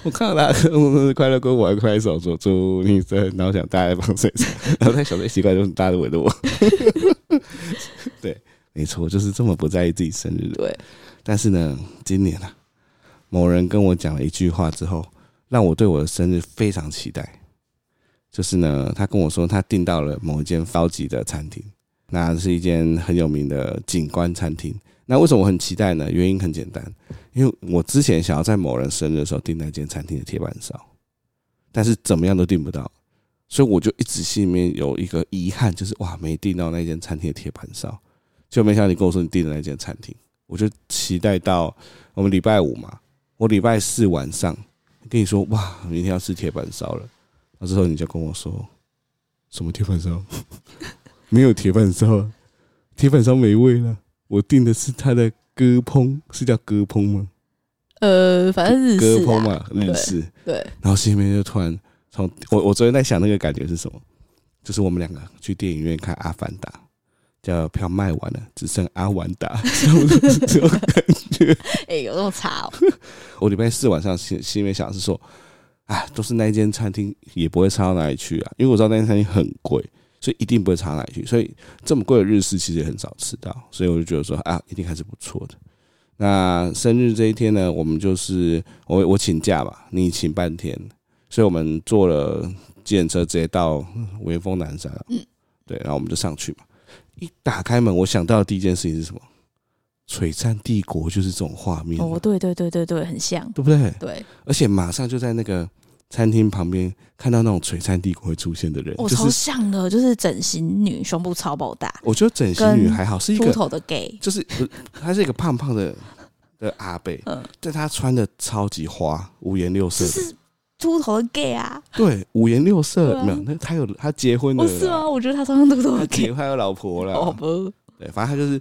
[SPEAKER 1] 我看到大家生日快乐歌，我还拍手说祝你生，日，然后想大家在帮谁唱，然后在想这奇怪，就是大家都围着我。 对，没错，我就是这么不在意自己生日的。
[SPEAKER 2] 对，
[SPEAKER 1] 但是呢，今年啊，某人跟我讲了一句话之后，让我对我的生日非常期待。就是呢，他跟我说他订到了某一间高级的餐厅，那是一间很有名的景观餐厅。那为什么我很期待呢？原因很简单，因为我之前想要在某人生日的时候订那间餐厅的铁板烧，但是怎么样都订不到，所以我就一直心里面有一个遗憾，就是哇，没订到那间餐厅的铁板烧。就没想到你跟我说你订的那间餐厅，我就期待到我们礼拜五嘛，我礼拜四晚上跟你说哇，明天要吃铁板烧了，那之后你就跟我说什么铁板烧， 没有铁板烧啊，铁板烧没味了，我订的是它的割烹，是叫割烹吗？
[SPEAKER 2] 呃，反正日
[SPEAKER 1] 割
[SPEAKER 2] 式
[SPEAKER 1] 烹
[SPEAKER 2] 啊，
[SPEAKER 1] 嘛，日式。
[SPEAKER 2] 对，
[SPEAKER 1] 然后心里面就突然从我我昨天在想那个感觉是什么，就是我们两个去电影院看《阿凡达》，叫票卖完了，只剩阿凡达，差不多是这种 感觉。
[SPEAKER 2] 哎、有那么差哦？
[SPEAKER 1] 我礼拜四晚上心心里面想的是说，啊，都是那一间餐厅也不会差到哪里去啊，因为我知道那间餐厅很贵，所以一定不会差到哪里去。所以这么贵的日式其实也很少吃到，所以我就觉得说啊，一定还是不错的。那生日这一天呢，我们就是我我请假吧，你请半天，所以我们坐了计程车直接到威风南山，嗯，对，然后我们就上去嘛。一打开门，我想到的第一件事情是什么？璀璨帝国就是这种画面啊，
[SPEAKER 2] 哦，对对对对对，很像，
[SPEAKER 1] 对不对？
[SPEAKER 2] 对，
[SPEAKER 1] 而且马上就在那个餐厅旁边看到那种璀璨帝国会出现的人，
[SPEAKER 2] 我、
[SPEAKER 1] 就
[SPEAKER 2] 哦超
[SPEAKER 1] 是
[SPEAKER 2] 像的，就是整形女，胸部超爆大，
[SPEAKER 1] 我觉得整形女
[SPEAKER 2] 跟
[SPEAKER 1] 还好，是一
[SPEAKER 2] 秃
[SPEAKER 1] 个
[SPEAKER 2] 头的 gay，
[SPEAKER 1] 就是不她是一个胖胖的的阿贝，
[SPEAKER 2] 嗯，
[SPEAKER 1] 但她穿的超级花，五颜六色
[SPEAKER 2] 就
[SPEAKER 1] 的，
[SPEAKER 2] 是秃头的 gay 啊，
[SPEAKER 1] 对，五颜六色
[SPEAKER 2] 对啊
[SPEAKER 1] 没有，那她有她结婚了
[SPEAKER 2] 哦
[SPEAKER 1] 啦，
[SPEAKER 2] 是吗？我觉得他超像秃头
[SPEAKER 1] 她
[SPEAKER 2] 的 gay，
[SPEAKER 1] 结婚有老婆
[SPEAKER 2] 哦
[SPEAKER 1] 了，啊
[SPEAKER 2] 不，
[SPEAKER 1] 对，反正她就是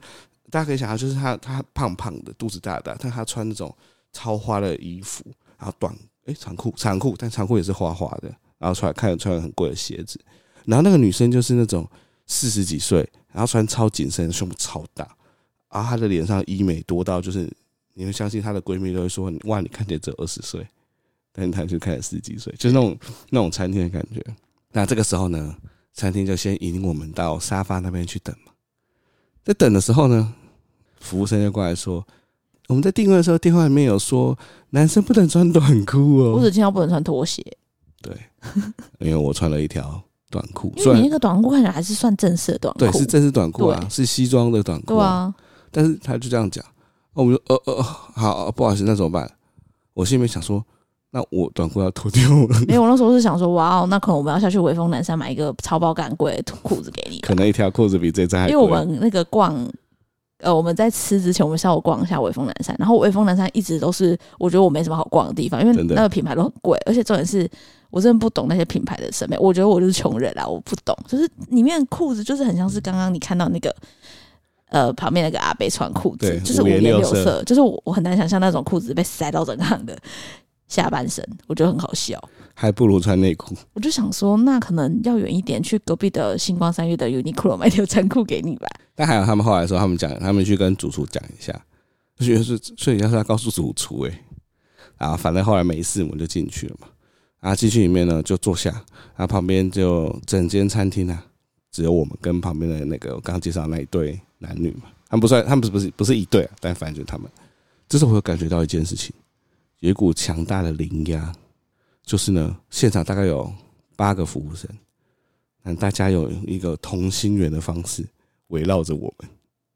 [SPEAKER 1] 大家可以想象，就是她她胖胖的，肚子大大，但她穿那种超花的衣服，然后短诶长裤长裤，但长裤也是花花的，然后出来看着穿了很贵的鞋子，然后那个女生就是那种四十几岁，然后穿超紧身，胸部超大，然后她的脸上医美多到就是你会相信她的闺蜜都会说哇你看起来只有二十岁，但是她就看起来十几岁，就是那种那种餐厅的感觉。那这个时候呢，餐厅就先引我们到沙发那边去等嘛，在等的时候呢，服务生就过来说。我们在订位的时候，电话里面有说男生不能穿短裤哦。
[SPEAKER 2] 我只听到不能穿拖鞋，
[SPEAKER 1] 对， 因为我穿了一条短裤，
[SPEAKER 2] 因
[SPEAKER 1] 虽
[SPEAKER 2] 为
[SPEAKER 1] 然
[SPEAKER 2] 你那个短裤看起来还是算正式的短裤，
[SPEAKER 1] 对是正式短裤啊，
[SPEAKER 2] 对
[SPEAKER 1] 是西装的短裤
[SPEAKER 2] 对
[SPEAKER 1] 啊，
[SPEAKER 2] 啊，
[SPEAKER 1] 但是他就这样讲，那我们就呃呃呃好，不好意思，那怎么办？我心里面想说，那我短裤要脱掉 了，
[SPEAKER 2] 没有，我那时候是想说，哇哦，那可能我们要下去威风南山买一个超爆干贵的裤子给你，
[SPEAKER 1] 可能一条裤子比这张还
[SPEAKER 2] 因
[SPEAKER 1] 贵，
[SPEAKER 2] 为我们那个逛，呃，我们在吃之前，我们下午逛一下威风南山，然后威风南山一直都是我觉得我没什么好逛的地方，因为
[SPEAKER 1] 真的
[SPEAKER 2] 那个品牌都很贵，而且重点是我真的不懂那些品牌的审美，我觉得我就是穷人啦，啊我不懂，就是里面的裤子就是很像是刚刚你看到那个。呃，旁边那个阿贝穿裤子
[SPEAKER 1] 对，
[SPEAKER 2] 就是
[SPEAKER 1] 五
[SPEAKER 2] 五
[SPEAKER 1] 颜
[SPEAKER 2] 颜
[SPEAKER 1] 六
[SPEAKER 2] 六
[SPEAKER 1] 色
[SPEAKER 2] 色，就是我我很难想象那种裤子被塞到整行的下半身，我觉得很好笑。
[SPEAKER 1] 还不如穿内裤。
[SPEAKER 2] 我就想说，那可能要远一点，去隔壁的星光三月的 Uniqlo 买条长裤给你吧。
[SPEAKER 1] 但还有他们后来说，他们讲，他们去跟主厨讲一下，就觉得是，所以要是他告诉主厨、欸，啊，反正后来没事，我们就进去了嘛。啊，进去里面呢就坐下，啊，旁边就整间餐厅啊，只有我们跟旁边的那个我刚刚介绍的那一对男女嘛，他们不算，他们不是不是一对、啊，但反正就是他们。这时候我有感觉到一件事情，有一股强大的灵压，就是呢，现场大概有八个服务生，但大家有一个同心圆的方式，围绕着我们。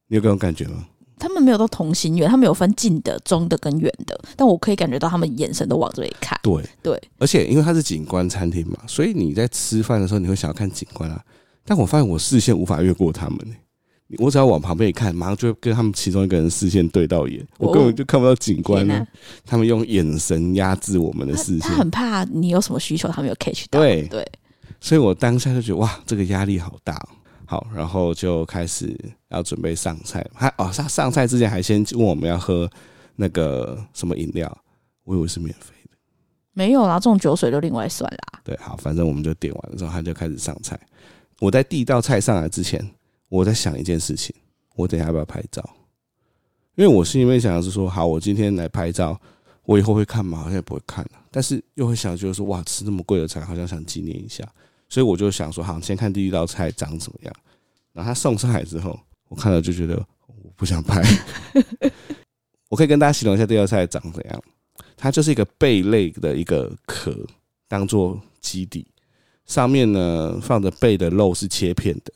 [SPEAKER 1] 你有这种感觉吗？
[SPEAKER 2] 他们没有到同心圆，他们有分近的、中的跟远的，但我可以感觉到他们眼神都往这里看。
[SPEAKER 1] 对
[SPEAKER 2] 对，
[SPEAKER 1] 而且因为它是景观餐厅嘛，所以你在吃饭的时候你会想要看景观啊。但我发现我视线无法越过他们、欸，我只要往旁边一看，马上就会跟他们其中一个人视线对到眼，我
[SPEAKER 2] 哦
[SPEAKER 1] 根本就看不到景观呢、
[SPEAKER 2] 天哪
[SPEAKER 1] 他们用眼神压制我们的视
[SPEAKER 2] 他
[SPEAKER 1] 线
[SPEAKER 2] 他，很怕你有什么需求，他没有 catch 到。
[SPEAKER 1] 对
[SPEAKER 2] 对，
[SPEAKER 1] 所以我当下就觉得哇，这个压力好大、哦。好，然后就开始要准备上菜。他哦，他上菜之前还先问我们要喝那个什么饮料，我以为是免费的，
[SPEAKER 2] 没有啦，这种酒水就另外算啦。
[SPEAKER 1] 对，好，反正我们就点完了之后，他就开始上菜。我在第一道菜上来之前，我在想一件事情：我等一下要不要拍照？因为我心里面想的是说，好，我今天来拍照，我以后会看吗？好像也不会看了、但是又会想，就是说，哇，吃那么贵的菜，好像想纪念一下。所以我就想说，好，先看第一道菜长怎么样。然后他送上来之后，我看了就觉得我不想拍。 我可以跟大家形容一下第二菜长怎样，它就是一个贝类的一个壳，当做基底，上面呢放着贝的肉是切片的，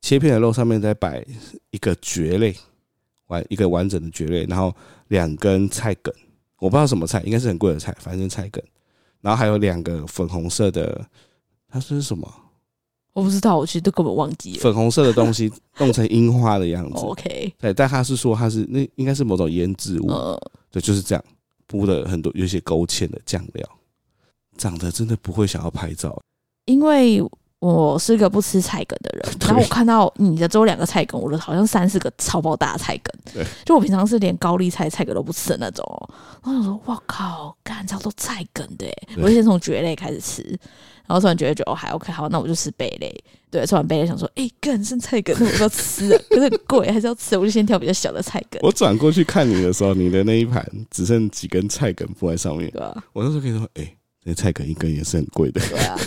[SPEAKER 1] 切片的肉上面再摆一个蕨类，完一个完整的蕨类，然后两根菜梗，我不知道什么菜，应该是很贵的菜，反正菜梗，然后还有两个粉红色的，它是什么？
[SPEAKER 2] 我不知道，我其实都根本忘记了。
[SPEAKER 1] 粉红色的东西弄成樱花的样子，
[SPEAKER 2] 哦 OK，
[SPEAKER 1] 对，但他是说他是那应该是某种腌制物，
[SPEAKER 2] 呃，
[SPEAKER 1] 对，就是这样，铺的很多有一些勾芡的酱料，长得真的不会想要拍照，
[SPEAKER 2] 因为我是个不吃菜梗的人，
[SPEAKER 1] 对
[SPEAKER 2] 然后我看到你的只有两个菜梗，我的好像三四个超爆大的菜
[SPEAKER 1] 对
[SPEAKER 2] 梗，就我平常是连高丽菜菜梗都不吃的那种哦。然后我说，哇靠，干超多菜梗的耶，
[SPEAKER 1] 对
[SPEAKER 2] 我就先从蕨类开始吃，然后突然觉得就哦还 OK，好，那我就吃贝类。对，吃完贝类想说，哎、干剩菜梗，那我就要吃 啊，可是很贵，还是要吃，我就先挑比较小的菜 梗，
[SPEAKER 1] 我转过去看你的时候，你的那一盘只剩几根菜梗铺在上面
[SPEAKER 2] 对。吧、
[SPEAKER 1] 我那时候跟你说，哎、那菜梗一根也是很贵的。
[SPEAKER 2] 对啊。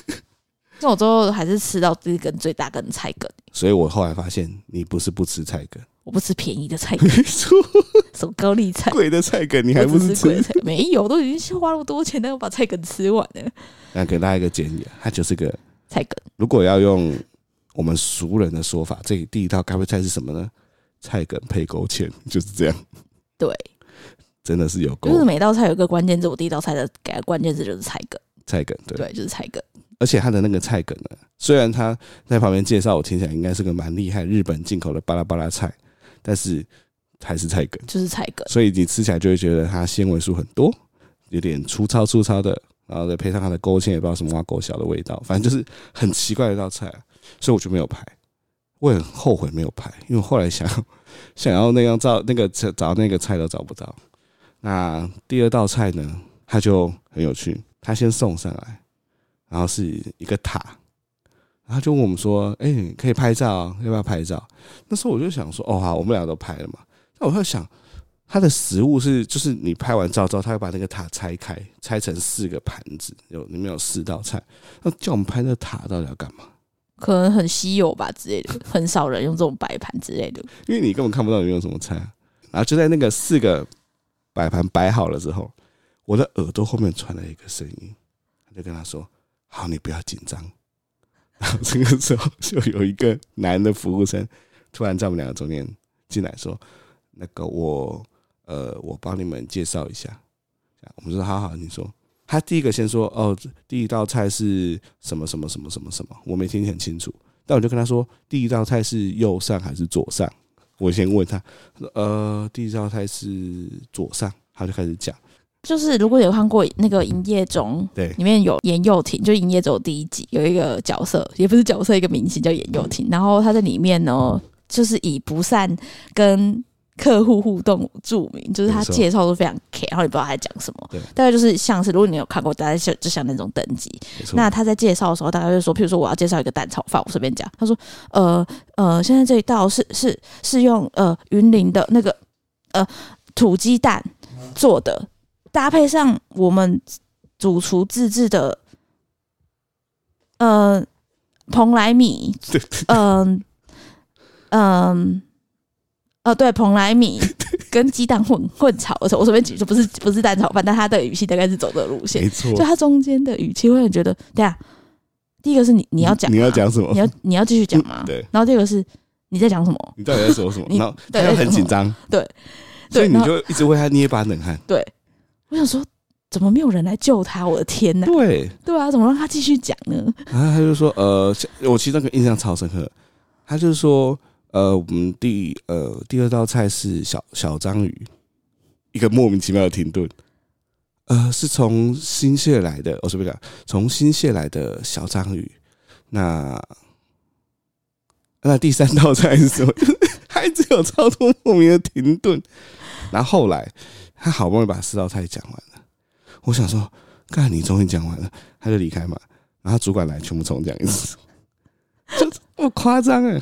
[SPEAKER 2] 那我最后还是吃到这根最大根菜梗，
[SPEAKER 1] 所以我后来发现，你不是不吃菜 梗，
[SPEAKER 2] 我不吃便宜的菜梗
[SPEAKER 1] 你，说
[SPEAKER 2] 什么高丽菜。
[SPEAKER 1] 贵的菜梗你还
[SPEAKER 2] 我
[SPEAKER 1] 不
[SPEAKER 2] 只
[SPEAKER 1] 是
[SPEAKER 2] 是鬼
[SPEAKER 1] 吃？
[SPEAKER 2] 菜？没有，都已经花那么多钱，但要把菜梗吃完了。
[SPEAKER 1] 那给大家一个建议啊，它就是个，
[SPEAKER 2] 菜梗
[SPEAKER 1] 如果要用我们俗人的说法，这第一道开胃菜是什么呢？菜梗配勾芡，就是这样。
[SPEAKER 2] 对，
[SPEAKER 1] 真的是有够
[SPEAKER 2] 就是每道菜有一个关键字，我第一道菜的给它关键字就是菜梗，
[SPEAKER 1] 菜梗，对。
[SPEAKER 2] 对，就是菜梗。
[SPEAKER 1] 而且它的那个菜梗呢，虽然他在旁边介绍，我听起来应该是个蛮厉害日本进口的巴拉巴拉菜，但是还是菜梗。
[SPEAKER 2] 就是菜梗，
[SPEAKER 1] 所以你吃起来就会觉得它纤维素很多，有点粗糙粗糙的，然后再配上它的勾芡，也不知道什么挖狗小的味道，反正就是很奇怪的一道菜啊、所以我就没有拍，我也很后悔没有拍，因为我后来想要想要那样照那个找找那个菜都找不到。那第二道菜呢，它就很有趣，它先送上来，然后是一个塔。然后就问我们说：“哎、你可以拍照啊，要不要拍照？”那时候我就想说：“哦，好，我们俩都拍了嘛。”那我在想，它的食物是，就是你拍完照之后，他会把那个塔拆开，拆成四个盘子，有里面有四道菜。那叫我们拍那个塔到底要干嘛？
[SPEAKER 2] 可能很稀有吧之类的，很少人用这种摆盘之类的。
[SPEAKER 1] 因为你根本看不到里面有什么菜、啊。然后就在那个四个摆盘摆好了之后，我的耳朵后面传来一个声音，他就跟他说：“好，你不要紧张。” 然后这个时候就有一个男的服务生突然在我们两个中间进来说：“那个我呃，我帮你们介绍一下。”这样我们说：“好好。”你说。他第一个先说：“哦，第一道菜是什么什么什么什么什么？”我没听很清楚，但我就跟他说：“第一道菜是右上还是左上？”我先问他，他说呃，第一道菜是左上，他就开始讲，
[SPEAKER 2] 就是如果有看过那个《营业中》，
[SPEAKER 1] 对
[SPEAKER 2] 里面有严幼婷，就《营业中》第一集有一个角色，也不是角色，一个明星叫严幼婷。然后她在里面呢，就是以不善跟客户互动著名，就是她
[SPEAKER 1] 没错
[SPEAKER 2] 介绍都非常 care，然后你不知道她在讲什么
[SPEAKER 1] 对，
[SPEAKER 2] 大概就是像是如果你有看过，大概就就像那种等级，
[SPEAKER 1] 没错
[SPEAKER 2] 那他在介绍的时候，大概就说，譬如说我要介绍一个蛋炒饭，我随便讲，他说，呃呃，现在这一道是是是用呃云林的那个呃土鸡蛋做的，搭配上我们主厨自制的呃蓬 莱米，嗯嗯呃对蓬莱米。跟鸡蛋混混炒的时候，我随便举，就不是不是蛋炒饭，但他的语气大概是走这个路线。
[SPEAKER 1] 没错
[SPEAKER 2] 就，它中间的语气会很觉得，对啊，第一个是你你要讲吗，
[SPEAKER 1] 嗯你要讲什么？
[SPEAKER 2] 你要你要 继续讲吗？
[SPEAKER 1] 对，
[SPEAKER 2] 然后第二个是你在讲什么？
[SPEAKER 1] 你到底在说什么？
[SPEAKER 2] 你
[SPEAKER 1] 然后他
[SPEAKER 2] 对
[SPEAKER 1] 又很紧张，
[SPEAKER 2] 对，
[SPEAKER 1] 所以
[SPEAKER 2] 对，
[SPEAKER 1] 你
[SPEAKER 2] 然后
[SPEAKER 1] 就一直为他捏一把冷汗。
[SPEAKER 2] 我想说，怎么没有人来救他？我的天呐、
[SPEAKER 1] 对，
[SPEAKER 2] 对啊，怎么让他继续讲呢？
[SPEAKER 1] 然 后他就说，呃，我其实那个印象超深刻，他就说，呃，我们第呃第二道菜是小小章鱼，一个莫名其妙的停顿，呃，是从新泻来的，哦我随便讲，从新泻来的小章鱼，那那第三道菜是什么？ 还只有超多莫名的停顿，然后后来他好不容易把四道菜讲完了，我想说干你终于讲完了，他就离开嘛。然后主管来，全部重讲一次， 就这么夸张哎！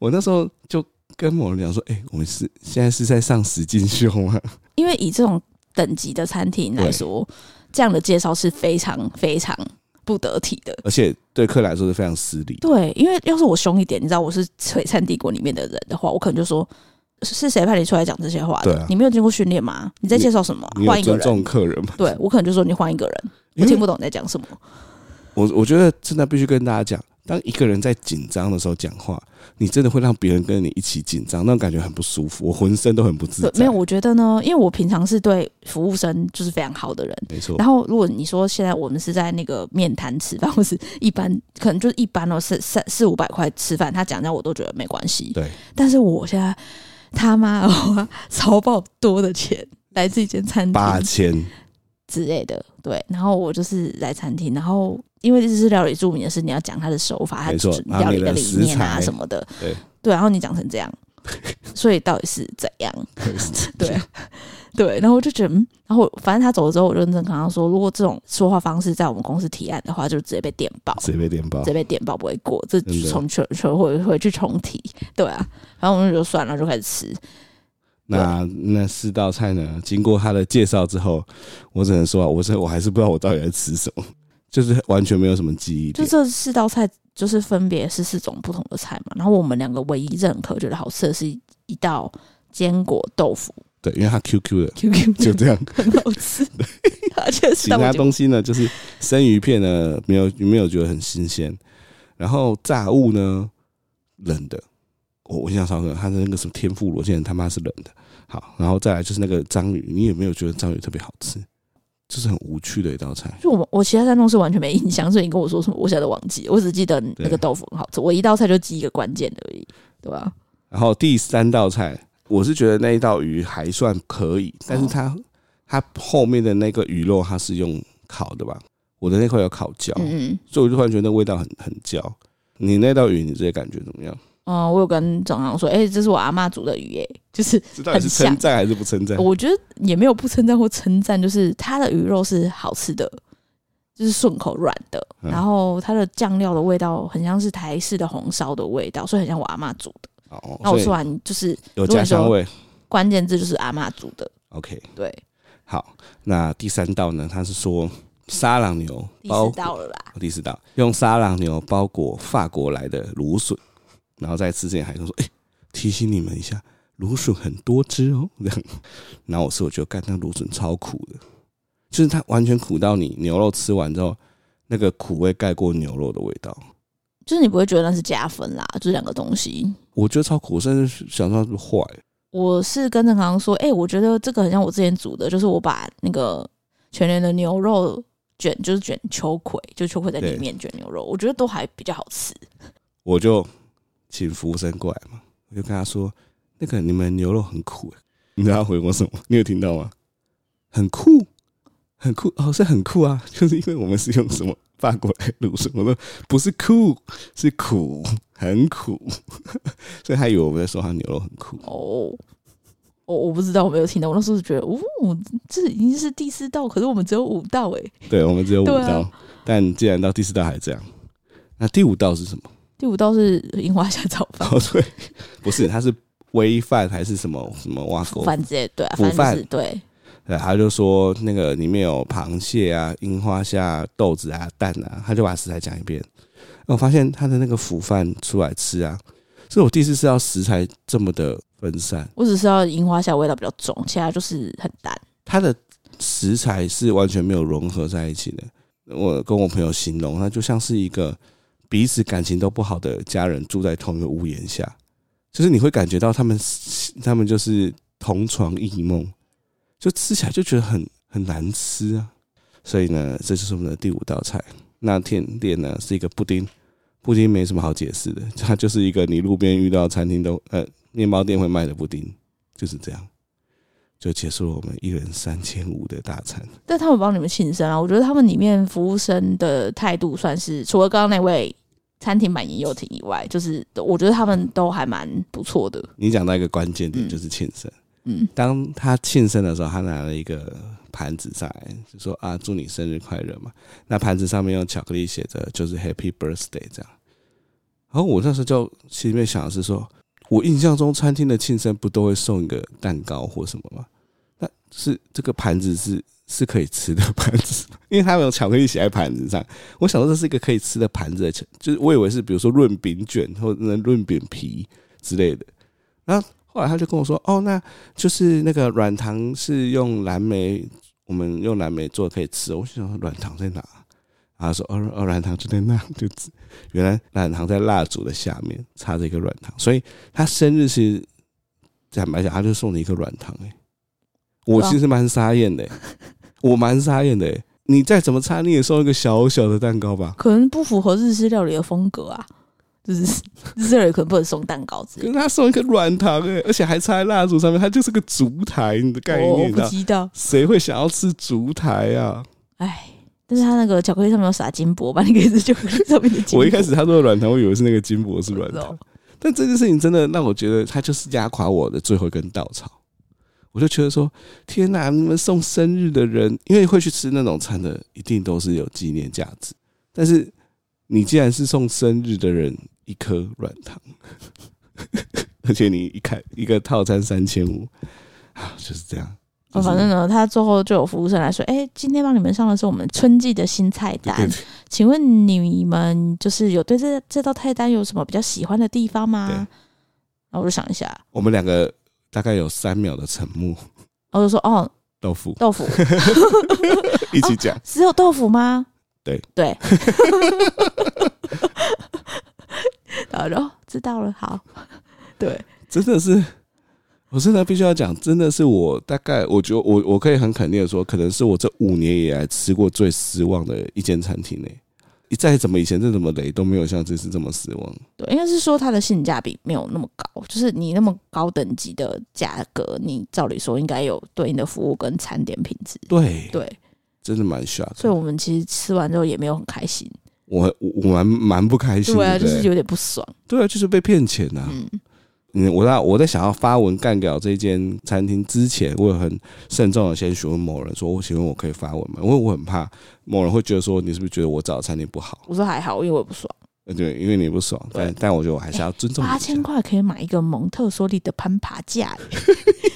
[SPEAKER 1] 我那时候就跟某人讲说，哎、我们是现在是在上实境秀吗？
[SPEAKER 2] 因为以这种等级的餐厅来说，这样的介绍是非常非常不得体的。
[SPEAKER 1] 而且对客来说是非常失礼。
[SPEAKER 2] 对，因为要是我凶一点，你知道我是璀璨帝国里面的人的话，我可能就说是是谁派你出来讲这些话的？
[SPEAKER 1] 对啊
[SPEAKER 2] 你没有经过训练吗？你在介绍什么？
[SPEAKER 1] 你有
[SPEAKER 2] 啊换一
[SPEAKER 1] 尊
[SPEAKER 2] 个人。
[SPEAKER 1] 重客人吗？
[SPEAKER 2] 对我可能就说你换一个人，我听不懂你在讲什么。
[SPEAKER 1] 我我觉得真的必须跟大家讲，当一个人在紧张的时候讲话，你真的会让别人跟你一起紧张，那种感觉很不舒服，我浑身都很不自
[SPEAKER 2] 对，
[SPEAKER 1] 在。
[SPEAKER 2] 没有，，我觉得呢，因为我平常是对服务生就是非常好的人。
[SPEAKER 1] 没错
[SPEAKER 2] 然。后，如果你说现在我们是在那个面谈吃饭， 或是一般可能就是一般哦，四三四五百块吃饭，他讲讲我都觉得没关系。
[SPEAKER 1] 对，
[SPEAKER 2] 但是我现在他妈的 花超爆多的钱来自一间餐厅
[SPEAKER 1] 八 千，
[SPEAKER 2] 之类的，对。然后我就是来餐厅，然后因为这是料理著名的是你要讲它的手法，它
[SPEAKER 1] 没错然后
[SPEAKER 2] 料理
[SPEAKER 1] 你
[SPEAKER 2] 的
[SPEAKER 1] 的
[SPEAKER 2] 理
[SPEAKER 1] 食
[SPEAKER 2] 念啊
[SPEAKER 1] 材
[SPEAKER 2] 什么的，
[SPEAKER 1] 对
[SPEAKER 2] 对。然后你讲成 这样，所以到底是怎样？对
[SPEAKER 1] 对，
[SPEAKER 2] 对，然后我就觉得，嗯，然后我反正他走了之后，我就认真跟他说，如果这种说话方式在我们公司提案的话，就直接被电爆，
[SPEAKER 1] 直接被电爆
[SPEAKER 2] 直。接被电爆不会过，这
[SPEAKER 1] 真的
[SPEAKER 2] 重全全会回去重提，对啊。然后我们就觉得算了，就开始吃。
[SPEAKER 1] 那那四道菜呢？经过他的介绍之后，我只能说啊，我是我还是不知道我到底在吃什么，就是完全没有什么记忆
[SPEAKER 2] 就
[SPEAKER 1] 点。
[SPEAKER 2] 这四道菜，就是分别是四种不同的菜嘛。然后我们两个唯一认可觉得好吃的是一道坚果豆腐
[SPEAKER 1] 对，因为它 QQ 的，
[SPEAKER 2] QQ，
[SPEAKER 1] 就这样。
[SPEAKER 2] 很好 吃，而且是
[SPEAKER 1] 其
[SPEAKER 2] 到我
[SPEAKER 1] 他
[SPEAKER 2] 已经
[SPEAKER 1] 东西呢，就是生鱼片呢，没有没有觉得很新鲜。然后炸物呢，冷的，我我印象超深刻，它的那个什么天妇罗，竟然他妈是冷的。好，然后再来就是那个章鱼，你有没有觉得章鱼特别好吃？就是很无趣的一道菜。
[SPEAKER 2] 就我我其他三种是完全没印象，所以你跟我说什么，我现在都忘记了，我只记得那个
[SPEAKER 1] 对
[SPEAKER 2] 豆腐很好吃，我一道菜就记一个关键的而已，对吧、
[SPEAKER 1] 然后第三道菜，我是觉得那一道鱼还算可
[SPEAKER 2] 哦
[SPEAKER 1] 以，但是它、它后面的那个鱼肉它是用烤的吧？我的那块有烤焦，
[SPEAKER 2] 嗯嗯
[SPEAKER 1] 所以我就突然觉得那味道很很焦。你那道鱼你这些感觉怎么样？
[SPEAKER 2] 嗯，我有跟总行说，哎、这是我阿妈煮的鱼、 哎，就是
[SPEAKER 1] 这到底是
[SPEAKER 2] 很像
[SPEAKER 1] 称赞还是不称赞？
[SPEAKER 2] 我觉得也没有不称赞或称赞，就是它的鱼肉是好吃的，就是顺口软的，
[SPEAKER 1] 嗯
[SPEAKER 2] 然后它的酱料的味道很像是台式的红烧的味道，所以很像我阿妈煮的。
[SPEAKER 1] 哦，
[SPEAKER 2] 那我啊
[SPEAKER 1] 所以
[SPEAKER 2] 吃完就是
[SPEAKER 1] 有家乡味。
[SPEAKER 2] 关键字就是阿妈煮的，
[SPEAKER 1] OK，
[SPEAKER 2] 对，
[SPEAKER 1] 好，那第三道呢？它是说沙朗牛
[SPEAKER 2] 第
[SPEAKER 1] 包
[SPEAKER 2] 四道了啦，
[SPEAKER 1] 哦第四道，用沙朗牛包裹法国来的芦笋，然后在吃之前还跟我说：“哎、提醒你们一下，芦笋很多汁哦。”这样，然后我吃，我觉得干那芦笋超苦的，就是它完全苦到你牛肉吃完之后，那个苦味盖过牛肉的味道，
[SPEAKER 2] 就是你不会觉得那是加分啦，就是两个东西。
[SPEAKER 1] 我觉得超苦，我甚至想说它是坏。
[SPEAKER 2] 我是跟郑康说，哎、我觉得这个很像我之前煮的，就是我把那个全年的牛肉卷，就是卷秋葵，就秋葵在里
[SPEAKER 1] 对
[SPEAKER 2] 面卷牛肉，我觉得都还比较好吃。
[SPEAKER 1] 我就请服务生过来嘛，我就跟他说：“那个你们牛肉很苦。”欸你知道他回我什么？你有听到吗？很酷，很酷哦，是很酷啊！就是因为我们是用什么法国来卤什么的，不是酷，是苦，很苦， 所以他以为我们在说他牛肉很苦。
[SPEAKER 2] 哦，我我不知道，我没有听到。我那时候就觉得，哦，这已经是第四道，可是我们只有五道哎。
[SPEAKER 1] 对，我们只有五
[SPEAKER 2] 对啊
[SPEAKER 1] 道，但既然到第四道还这样，那第五道是什么？
[SPEAKER 2] 第五道是樱花虾炒饭，
[SPEAKER 1] 哦，对，不是，它是微饭还是什么什么挖沟
[SPEAKER 2] 饭之类的，对啊，
[SPEAKER 1] 腐
[SPEAKER 2] 反正
[SPEAKER 1] 饭
[SPEAKER 2] 就是对，
[SPEAKER 1] 对，他就说那个里面有螃蟹啊、樱花虾啊、豆子啊、蛋啊，他就把食材讲一遍。我发现他的那个腐饭出来吃啊，是我第一次吃到食材这么的分散，
[SPEAKER 2] 我只是要樱花虾味道比较重，其他就是很淡。
[SPEAKER 1] 它的食材是完全没有融合在一起的。我跟我朋友形容，那就像是一个彼此感情都不好的家人住在同一个屋檐下，就是你会感觉到他们他们就是同床异梦，就吃起来就觉得很很难吃啊。所以呢，这就是我们的第五道菜。那甜点呢是一个布丁，布丁没什么好解释的，它就是一个你路边遇到餐厅都呃面包店会卖的布丁，就是这样。就结束了我们一人三千五的大餐。
[SPEAKER 2] 但他们帮你们庆生啊，我觉得他们里面服务生的态度算是，除了刚刚那位餐厅版尹又廷以外，就是我觉得他们都还蛮不错的。
[SPEAKER 1] 你讲到一个关键点，
[SPEAKER 2] 嗯
[SPEAKER 1] 就是庆生。
[SPEAKER 2] 嗯，
[SPEAKER 1] 当他庆生的时候，他拿了一个盘子上来，就说啊祝你生日快乐嘛。那盘子上面用巧克力写着就是 Happy Birthday 这样。然后我那时候就心里面想的是说，我印象中餐厅的庆生不都会送一个蛋糕或什么吗？那是这个盘子是是可以吃的盘子，因为它有巧克力写在盘子上。我想说这是一个可以吃的盘子的巧，就是我以为是比如说润饼卷或者润饼皮之类的。然后后来他就跟我说，哦，那就是那个软糖是用蓝莓，我们用蓝莓做可以吃。我想说软糖在哪？然后他说哦哦，软糖就在那，就只原来软糖在蜡烛的下面插着一个软糖，所以他生日是坦白讲，他就送你一个软糖、欸。哎，我其实蛮傻眼的、欸，我蛮傻眼的、欸。你再怎么差，你也送一个小小的蛋糕吧？
[SPEAKER 2] 可能不符合日式料理的风格啊。 就是日式料理可能不能送蛋糕之
[SPEAKER 1] 可
[SPEAKER 2] 类
[SPEAKER 1] 是
[SPEAKER 2] 的。
[SPEAKER 1] 他送一个软糖、欸，而且还插在蜡烛上面，它就是个烛台，你的概
[SPEAKER 2] 我哦我
[SPEAKER 1] 念，你啊知
[SPEAKER 2] 不
[SPEAKER 1] 道
[SPEAKER 2] 知道，
[SPEAKER 1] 谁会想要吃烛台啊？
[SPEAKER 2] 哎，但是它那个巧克力上面有撒金箔，把你给是巧克力上面的金箔。
[SPEAKER 1] 我一开始他说软糖，我以为是那个金箔是软糖
[SPEAKER 2] 哦，
[SPEAKER 1] 但这件事情真的让我觉得他就是压垮我的最后一根稻草。我就觉得说，天哪、你们送生日的人，因为会去吃那种餐的，一定都是有纪念价值。但是你既然是送生日的人一颗软糖， 而且你一看一个套餐三千五啊，就是这样。
[SPEAKER 2] 哦，反正呢，他最后就有服务生来说：“哎、今天帮你们上的是我们春季的新菜单，
[SPEAKER 1] 对对对
[SPEAKER 2] 请问你们就是有对这这道菜单有什么比较喜欢的地方吗？”
[SPEAKER 1] 对
[SPEAKER 2] 然后我就想一下，
[SPEAKER 1] 我们两个大概有三秒的沉默，
[SPEAKER 2] 然后我就说：“哦，
[SPEAKER 1] 豆腐
[SPEAKER 2] 豆腐
[SPEAKER 1] 一起讲。
[SPEAKER 2] 只有豆腐吗？”
[SPEAKER 1] 对
[SPEAKER 2] 对， 然后就哦知道了，好，对，
[SPEAKER 1] 真的是，我真的必须要讲，真的是我大概，我觉得我我可以很肯定的说，可能是我这五年以来吃过最失望的一间餐厅诶、一再怎么以前再怎么雷都没有像这次这么失望。
[SPEAKER 2] 对，应该是说它的性价比没有那么高，就是你那么高等级的价格，你照理说应该有对应的服务跟餐点品质。
[SPEAKER 1] 对，
[SPEAKER 2] 对，
[SPEAKER 1] 真的蛮 shock 的。
[SPEAKER 2] 所以我们其实吃完之后也没有很开心，
[SPEAKER 1] 我我我蛮蛮不开心的。
[SPEAKER 2] 对啊，就
[SPEAKER 1] 不
[SPEAKER 2] 是有点不爽，
[SPEAKER 1] 对啊，就是被骗钱呐、啊。
[SPEAKER 2] 嗯，
[SPEAKER 1] 嗯，我在我在想要发文干掉这间餐厅之前，我有很慎重的先询问某人说：“我请问我可以发文吗？”因为我很怕某人会觉得说你是不是觉得我找的餐厅不好。
[SPEAKER 2] 我说还好，因为我也不爽，
[SPEAKER 1] 呃，对，因为你不爽，但但我觉得我还是要尊重你一下。
[SPEAKER 2] 哎八千块可以买一个蒙特梭利的攀爬架，欸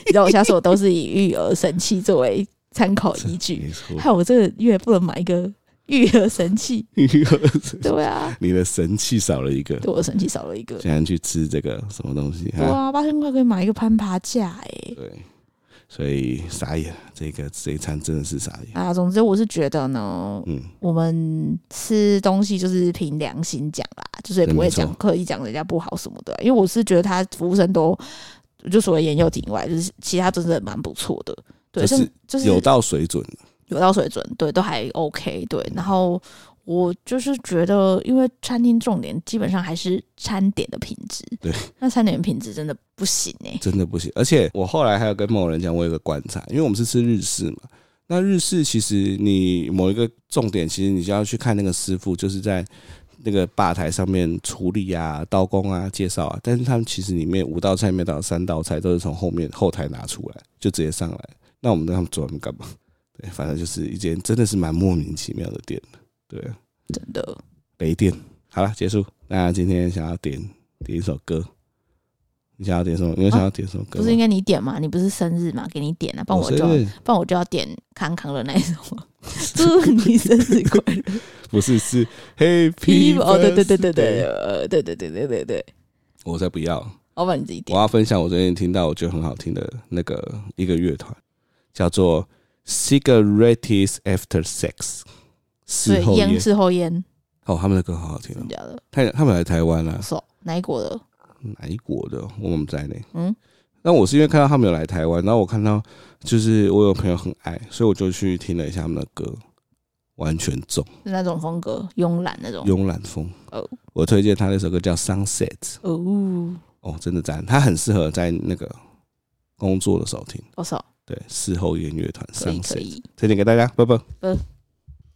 [SPEAKER 2] 你知道我下次我都是以育儿神器作为参考依据，
[SPEAKER 1] 没错，
[SPEAKER 2] 害我这个月不能买一个育儿神器，对啊，
[SPEAKER 1] 你的神器少了一个，
[SPEAKER 2] 对我的神器少了一个，
[SPEAKER 1] 竟然去吃这个什么东西
[SPEAKER 2] 对
[SPEAKER 1] 啊？
[SPEAKER 2] 啊，八千块可以买一个攀爬架、欸，
[SPEAKER 1] 对，所以傻眼，这个这一餐真的是傻眼。
[SPEAKER 2] 啊，总之我是觉得呢，
[SPEAKER 1] 嗯，
[SPEAKER 2] 我们吃东西就是凭良心讲啦，就是也不会
[SPEAKER 1] 对
[SPEAKER 2] 讲
[SPEAKER 1] 没
[SPEAKER 2] 刻意讲人家不好什么的，啊因为我是觉得他服务生都就除了研究以外，就是其他真的蛮不错的，对，
[SPEAKER 1] 就是
[SPEAKER 2] 甚就是
[SPEAKER 1] 有到水准，
[SPEAKER 2] 有到水准，对，都还 OK，对，然后。我就是觉得，因为餐厅重点基本上还是餐点的品质，
[SPEAKER 1] 对，
[SPEAKER 2] 那餐点品质真的不行哎、
[SPEAKER 1] 真的不行。而且我后来还有跟某人讲，我有个观察，因为我们是吃日式嘛。那日式其实你某一个重点，其实你就要去看那个师傅，就是在那个吧台上面处理啊、刀工啊、介绍啊。但是他们其实里面五道菜、里面到三道菜都是从后面后台拿出来，就直接上来。那我们让他们做他们干嘛？对，反正就是一间真的是蛮莫名其妙的店对啊，
[SPEAKER 2] 真的。
[SPEAKER 1] 雷电。好了，结束。那今天想要点点一首歌，你想要点什么？你有想要点什么歌吗？
[SPEAKER 2] 不是应该你点吗？你不是生日吗？给你点啊，帮我
[SPEAKER 1] 哦生
[SPEAKER 2] 就
[SPEAKER 1] 日
[SPEAKER 2] 不然我就要点康康的那一首， 祝你生日快乐
[SPEAKER 1] 不是是 Happy
[SPEAKER 2] 哦，对对对
[SPEAKER 1] birthday
[SPEAKER 2] 对对，，呃，对对对对对对，
[SPEAKER 1] 我才不要！
[SPEAKER 2] 老板你自己
[SPEAKER 1] 我
[SPEAKER 2] 点。
[SPEAKER 1] 要分享我最近听到我觉得很好听的那个一个乐团，叫做 Cigarettes After Sex，
[SPEAKER 2] 对
[SPEAKER 1] 事，后烟
[SPEAKER 2] 烟事后烟，
[SPEAKER 1] 哦，他们的歌好好听
[SPEAKER 2] 真
[SPEAKER 1] 哦
[SPEAKER 2] 的，假的？
[SPEAKER 1] 他他们来台湾啊，
[SPEAKER 2] 手哪一国的？
[SPEAKER 1] 哪一国的？我们在内。
[SPEAKER 2] 嗯，
[SPEAKER 1] 那我是因为看到他们有来台湾，然后我看到就是我有朋友很爱，所以我就去听了一下他们的歌，完全中
[SPEAKER 2] 是那种风格，慵懒那种。
[SPEAKER 1] 慵懒风。
[SPEAKER 2] 哦
[SPEAKER 1] 我推荐他那首歌叫《Sunset》。
[SPEAKER 2] 哦，
[SPEAKER 1] 哦，真的赞，它很适合在那个工作的时候听。
[SPEAKER 2] 多少
[SPEAKER 1] 对，事后音乐团
[SPEAKER 2] 可以
[SPEAKER 1] 上
[SPEAKER 2] 可
[SPEAKER 1] 线，
[SPEAKER 2] 以。
[SPEAKER 1] 推荐给大家，拜拜。
[SPEAKER 2] 拜